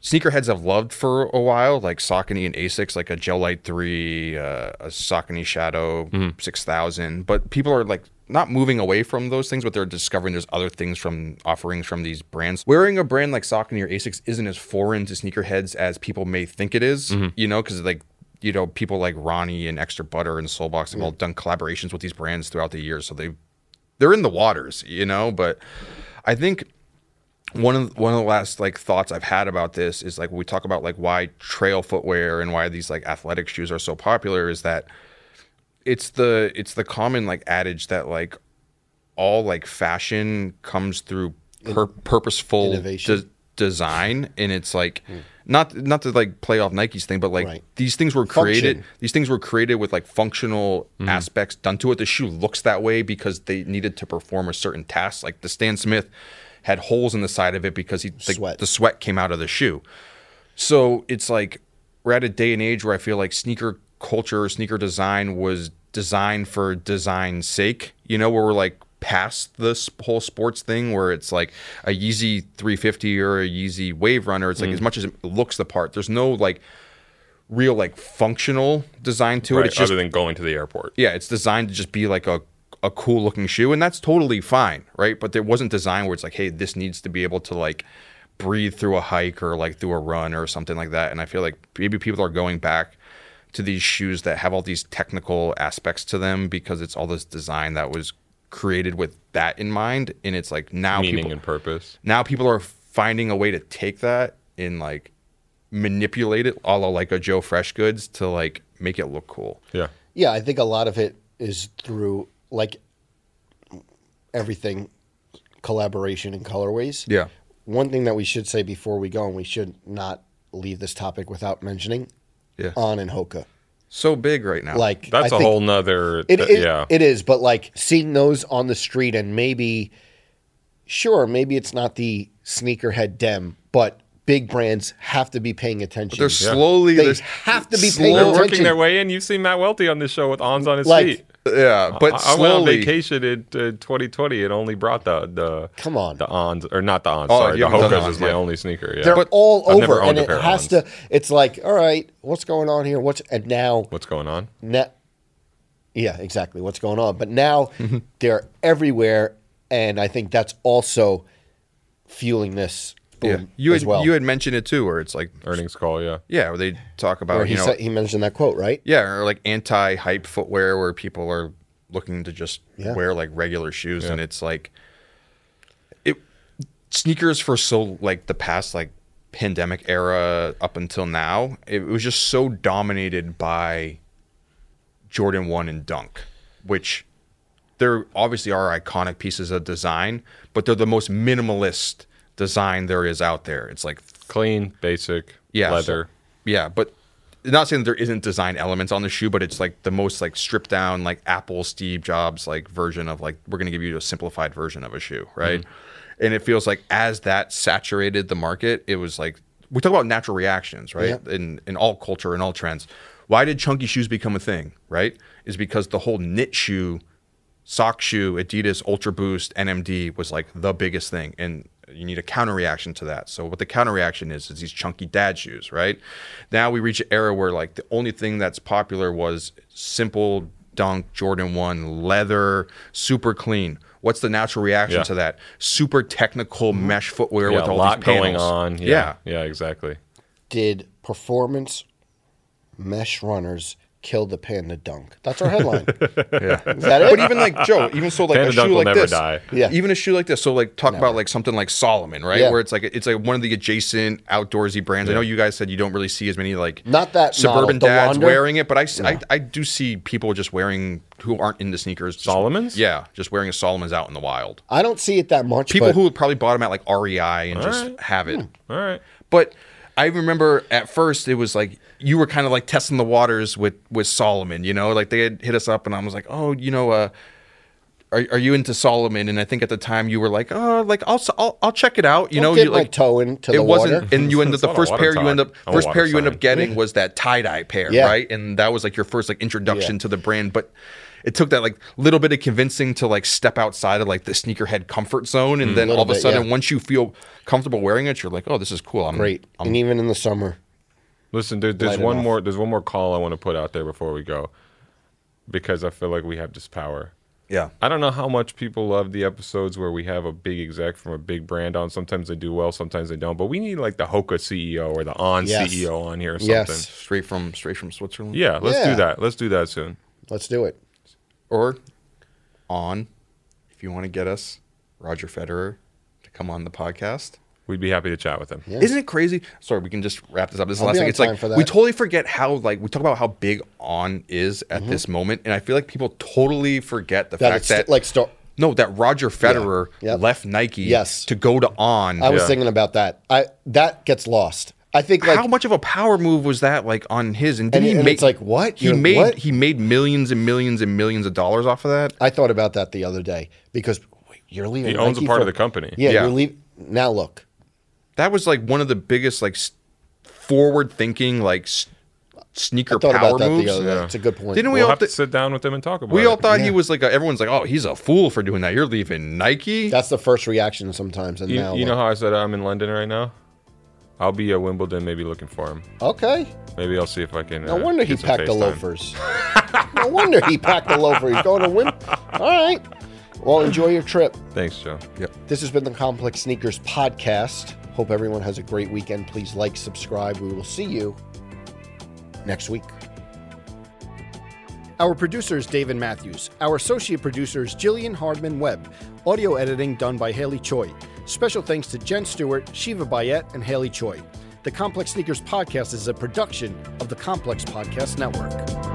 [SPEAKER 2] sneakerheads have loved for a while, like Saucony and Asics, like a Gel Light 3, uh, a Saucony Shadow 6000. But people are like not moving away from those things, but they're discovering there's other things from offerings from these brands. Wearing a brand like Saucony or Asics isn't as foreign to sneakerheads as people may think it is, you know, because like, you know, people like Ronnie and Extra Butter and Soulbox have all done collaborations with these brands throughout the years. So they, they're in the waters, you know, but I think one of one of the last like thoughts I've had about this is like when we talk about like why trail footwear and why these like athletic shoes are so popular is that it's the it's the common like adage that like all like fashion comes through pur- purposeful
[SPEAKER 1] Innovation.
[SPEAKER 2] de- design and it's like not not to like play off Nike's thing but like
[SPEAKER 1] Right.
[SPEAKER 2] these things were
[SPEAKER 1] Function.
[SPEAKER 2] created these things were created with like functional aspects done to it. The shoe looks that way because they needed to perform a certain task. Like the Stan Smith had holes in the side of it because he the
[SPEAKER 1] Sweat.
[SPEAKER 2] the sweat came out of the shoe. So it's like we're at a day and age where I feel like sneaker culture, sneaker design was designed for design's sake. You know, where we're like past this whole sports thing where it's like a Yeezy 350 or a Yeezy Wave Runner. It's like as much as it looks the part, there's no like real like functional design to
[SPEAKER 3] Right,
[SPEAKER 2] it. It's just
[SPEAKER 3] other than going to the airport.
[SPEAKER 2] yeah, it's designed to just be like a a cool looking shoe, and that's totally fine, right? But there wasn't design where it's like, hey, this needs to be able to like breathe through a hike or like through a run or something like that. And I feel like maybe people are going back to these shoes that have all these technical aspects to them because it's all this design that was created with that in mind, and it's like now
[SPEAKER 3] Meaning
[SPEAKER 2] people
[SPEAKER 3] and purpose.
[SPEAKER 2] now people are finding a way to take that and like manipulate it, a la like a Joe Fresh Goods to like make it look cool.
[SPEAKER 3] Yeah.
[SPEAKER 1] Yeah, I think a lot of it is through like everything, collaboration and colorways.
[SPEAKER 2] Yeah.
[SPEAKER 1] One thing that we should say before we go, and we should not leave this topic without mentioning,
[SPEAKER 2] Yeah.
[SPEAKER 1] on and Hoka.
[SPEAKER 2] so big right now.
[SPEAKER 1] Like
[SPEAKER 3] That's
[SPEAKER 1] a
[SPEAKER 3] a whole nother.
[SPEAKER 1] It,
[SPEAKER 3] th-
[SPEAKER 1] it-
[SPEAKER 3] yeah.
[SPEAKER 1] it is, but like seeing those on the street and maybe, sure, maybe it's not the sneakerhead dem, but big brands have to be paying attention.
[SPEAKER 2] they're
[SPEAKER 1] Yeah.
[SPEAKER 2] slowly
[SPEAKER 1] They
[SPEAKER 2] there's-
[SPEAKER 1] have to be paying
[SPEAKER 3] They're
[SPEAKER 2] slow-
[SPEAKER 3] working
[SPEAKER 1] attention.
[SPEAKER 3] their way in. You've seen Matt Welty on this show with ons on his
[SPEAKER 1] Like,
[SPEAKER 3] feet.
[SPEAKER 2] yeah, but
[SPEAKER 3] I, I went on
[SPEAKER 2] slowly.
[SPEAKER 3] vacation in uh, 2020 and only brought the the
[SPEAKER 1] Come on.
[SPEAKER 3] the ons or not the ons.
[SPEAKER 2] Oh,
[SPEAKER 3] sorry,
[SPEAKER 2] you
[SPEAKER 3] the
[SPEAKER 2] haven't done
[SPEAKER 3] Hokas
[SPEAKER 2] ons
[SPEAKER 3] is my
[SPEAKER 2] yet.
[SPEAKER 3] only sneaker. Yeah,
[SPEAKER 1] They're all
[SPEAKER 3] I've never
[SPEAKER 1] over,
[SPEAKER 3] owned
[SPEAKER 1] and
[SPEAKER 3] a
[SPEAKER 1] it
[SPEAKER 3] pair of
[SPEAKER 1] has
[SPEAKER 3] Ons.
[SPEAKER 1] to. It's like, all right, what's going on here? What's and now?
[SPEAKER 3] what's going on?
[SPEAKER 1] Ne- yeah, exactly. What's going on? But now
[SPEAKER 2] Mm-hmm.
[SPEAKER 1] they're everywhere, and I think that's also fueling this boom
[SPEAKER 2] yeah. You had
[SPEAKER 1] as well.
[SPEAKER 2] you had mentioned it too, where it's like
[SPEAKER 3] Earnings call. Yeah,
[SPEAKER 2] yeah, where they talk
[SPEAKER 1] Or
[SPEAKER 2] about
[SPEAKER 1] he
[SPEAKER 2] you know
[SPEAKER 1] said, he mentioned that quote, right?
[SPEAKER 2] yeah, or like anti hype footwear where people are looking to just
[SPEAKER 1] Yeah.
[SPEAKER 2] wear like regular shoes, and it's like it sneakers for so like the past like pandemic era up until now, it was just so dominated by Jordan one and Dunk, which there obviously are iconic pieces of design, but they're the most minimalist design there is out there. It's like
[SPEAKER 3] Clean, basic,
[SPEAKER 2] yeah, so-
[SPEAKER 3] leather.
[SPEAKER 2] yeah, but not saying that there isn't design elements on the shoe, but it's like the most like stripped down, like Apple Steve Jobs like version of like we're gonna give you a simplified version of a shoe, right? And it feels like as that saturated the market, it was like we talk about natural reactions, right? In in all culture and all trends. Why did chunky shoes become a thing, right? Is because the whole knit shoe sock shoe, Adidas Ultra Boost, NMD was like the biggest thing, and you need a counter reaction to that. So what the counter reaction is is these chunky dad shoes, right? Now we reach an era where like the only thing that's popular was simple dunk Jordan 1 leather, super clean. What's the natural reaction
[SPEAKER 3] Yeah.
[SPEAKER 2] to that? Super technical mesh footwear
[SPEAKER 3] Yeah,
[SPEAKER 2] with
[SPEAKER 3] a
[SPEAKER 2] all
[SPEAKER 3] lot
[SPEAKER 2] these panels.
[SPEAKER 3] going on.
[SPEAKER 2] yeah.
[SPEAKER 3] Yeah, yeah, exactly.
[SPEAKER 1] Did performance mesh runners kill the panda dunk? That's our headline.
[SPEAKER 2] yeah.
[SPEAKER 1] Is that it?
[SPEAKER 2] But even like Joe, even so, like
[SPEAKER 3] Panda
[SPEAKER 2] a
[SPEAKER 3] Dunk
[SPEAKER 2] shoe
[SPEAKER 3] will
[SPEAKER 2] like
[SPEAKER 3] never
[SPEAKER 2] this,
[SPEAKER 3] die.
[SPEAKER 1] Yeah.
[SPEAKER 2] even a shoe like this. So like talk about like something like Solomon, right?
[SPEAKER 1] Yeah.
[SPEAKER 2] Where it's like it's like one of the adjacent outdoorsy brands. I know you guys said you don't really see as many like
[SPEAKER 1] Not that
[SPEAKER 2] suburban
[SPEAKER 1] model, the
[SPEAKER 2] dads
[SPEAKER 1] Wander.
[SPEAKER 2] wearing it, but I, s- I- I do see people just wearing who aren't into sneakers. just-
[SPEAKER 3] Solomons?
[SPEAKER 2] yeah, just wearing a Solomon's out in the wild.
[SPEAKER 1] I don't see it that much.
[SPEAKER 2] People
[SPEAKER 1] but Hmm.
[SPEAKER 2] who probably bought them at like REI and just
[SPEAKER 3] right.
[SPEAKER 2] have it.
[SPEAKER 3] All right.
[SPEAKER 2] But I remember at first it was like you were kind of like testing the waters with with Solomon, you know, like they had hit us up and I was like, oh, you know, uh, are, are you into Solomon? And I think at the time you were like, oh, like I'll s- I'll, I'll check it out, you
[SPEAKER 1] don't
[SPEAKER 2] know,
[SPEAKER 1] get
[SPEAKER 2] you
[SPEAKER 1] my
[SPEAKER 2] like
[SPEAKER 1] toe into the
[SPEAKER 2] it wasn't,
[SPEAKER 1] water.
[SPEAKER 2] and you end up
[SPEAKER 3] It's
[SPEAKER 2] the
[SPEAKER 3] not a
[SPEAKER 2] first
[SPEAKER 3] water
[SPEAKER 2] pair you
[SPEAKER 3] talk.
[SPEAKER 2] end up
[SPEAKER 3] A
[SPEAKER 2] first
[SPEAKER 3] water
[SPEAKER 2] pair you end up
[SPEAKER 3] sign.
[SPEAKER 2] getting was that tie dye pair,
[SPEAKER 1] Yeah.
[SPEAKER 2] right? And that was like your first like introduction
[SPEAKER 1] Yeah.
[SPEAKER 2] to the brand, but. It took that like little bit of convincing to like step outside of like the sneakerhead comfort zone,
[SPEAKER 3] Mm.
[SPEAKER 2] and then all of a
[SPEAKER 1] bit,
[SPEAKER 2] sudden,
[SPEAKER 1] yeah.
[SPEAKER 2] once you feel comfortable wearing it, you're like, "Oh, this is cool." I'm
[SPEAKER 1] Great.
[SPEAKER 2] I'm
[SPEAKER 1] and even in the summer.
[SPEAKER 3] Listen, there, there's
[SPEAKER 1] Light it
[SPEAKER 3] one
[SPEAKER 1] off.
[SPEAKER 3] more. There's one more call I want to put out there before we go, because I feel like we have this power.
[SPEAKER 2] Yeah.
[SPEAKER 3] I don't know how much people love the episodes where we have a big exec from a big brand on. Sometimes they do well, sometimes they don't. But we need like the Hoka CEO or the On
[SPEAKER 1] Yes.
[SPEAKER 3] CEO on here or something.
[SPEAKER 1] Yes.
[SPEAKER 2] Straight from straight from Switzerland.
[SPEAKER 3] Yeah, let's
[SPEAKER 1] Yeah.
[SPEAKER 3] do that. Let's do that soon.
[SPEAKER 1] Let's do it.
[SPEAKER 2] Or on if you want to get us Roger Federer to come on the podcast.
[SPEAKER 3] We'd be happy to chat with him.
[SPEAKER 1] Yeah.
[SPEAKER 2] Isn't it crazy? Sorry, we can just wrap this up. This is the
[SPEAKER 1] I'll
[SPEAKER 2] last
[SPEAKER 1] be
[SPEAKER 2] thing.
[SPEAKER 1] on
[SPEAKER 2] It's
[SPEAKER 1] time
[SPEAKER 2] like
[SPEAKER 1] for
[SPEAKER 2] we
[SPEAKER 1] that.
[SPEAKER 2] totally forget how like we talk about how big on is at this moment, and I feel like people totally forget the
[SPEAKER 1] Mm-hmm. That
[SPEAKER 2] fact
[SPEAKER 1] it's
[SPEAKER 2] that
[SPEAKER 1] like star-
[SPEAKER 2] no, that Roger Federer
[SPEAKER 1] Yep.
[SPEAKER 2] left Nike
[SPEAKER 1] Yes.
[SPEAKER 2] to go to on.
[SPEAKER 1] I was
[SPEAKER 3] Yeah.
[SPEAKER 1] thinking about that. I that gets lost. I think like
[SPEAKER 2] how much of a power move was that like on his and did
[SPEAKER 1] And-
[SPEAKER 2] he
[SPEAKER 1] and
[SPEAKER 2] make
[SPEAKER 1] it's like, what?
[SPEAKER 2] he
[SPEAKER 1] You're-
[SPEAKER 2] made
[SPEAKER 1] what?
[SPEAKER 2] he made millions and millions and millions of dollars off of that
[SPEAKER 1] I thought about that the other day because wait, you're leaving.
[SPEAKER 3] He owns
[SPEAKER 1] Nike
[SPEAKER 3] a part
[SPEAKER 1] for-
[SPEAKER 3] of the company.
[SPEAKER 1] Yeah,
[SPEAKER 2] Yeah.
[SPEAKER 1] you're leaving. Now look,
[SPEAKER 2] that was like one of the biggest like forward thinking like s- sneaker
[SPEAKER 1] I thought
[SPEAKER 2] power
[SPEAKER 1] about that
[SPEAKER 2] moves.
[SPEAKER 1] the other day.
[SPEAKER 3] Yeah.
[SPEAKER 1] It's a good point.
[SPEAKER 2] Didn't we
[SPEAKER 3] We'll
[SPEAKER 2] all
[SPEAKER 3] have to
[SPEAKER 2] thi-
[SPEAKER 3] sit down with them and talk about
[SPEAKER 2] we
[SPEAKER 3] it.
[SPEAKER 2] all thought he was like a, everyone's like oh he's a fool for doing that. You're leaving Nike.
[SPEAKER 1] That's the first reaction sometimes. And
[SPEAKER 3] You,
[SPEAKER 1] now
[SPEAKER 3] you know
[SPEAKER 1] look.
[SPEAKER 3] how I said I'm in London right now? I'll be at Wimbledon, maybe looking for him.
[SPEAKER 1] okay.
[SPEAKER 3] Maybe I'll see if I can.
[SPEAKER 1] No
[SPEAKER 3] uh,
[SPEAKER 1] wonder he
[SPEAKER 3] get some
[SPEAKER 1] packed the
[SPEAKER 3] FaceTime.
[SPEAKER 1] loafers. no wonder he packed the loafer. He's going to win. All right. Well, enjoy your trip.
[SPEAKER 3] Thanks, Joe.
[SPEAKER 1] This has been the Complex Sneakers Podcast. Hope everyone has a great weekend. Please like, subscribe. We will see you next week. Our producer is David Matthews. Our associate producer is Jillian Hardman Webb. Audio editing done by Haley Choi. Special thanks to Jen Stewart, Shiva Bayet, and Haley Choi. The Complex Sneakers Podcast is a production of the Complex Podcast Network.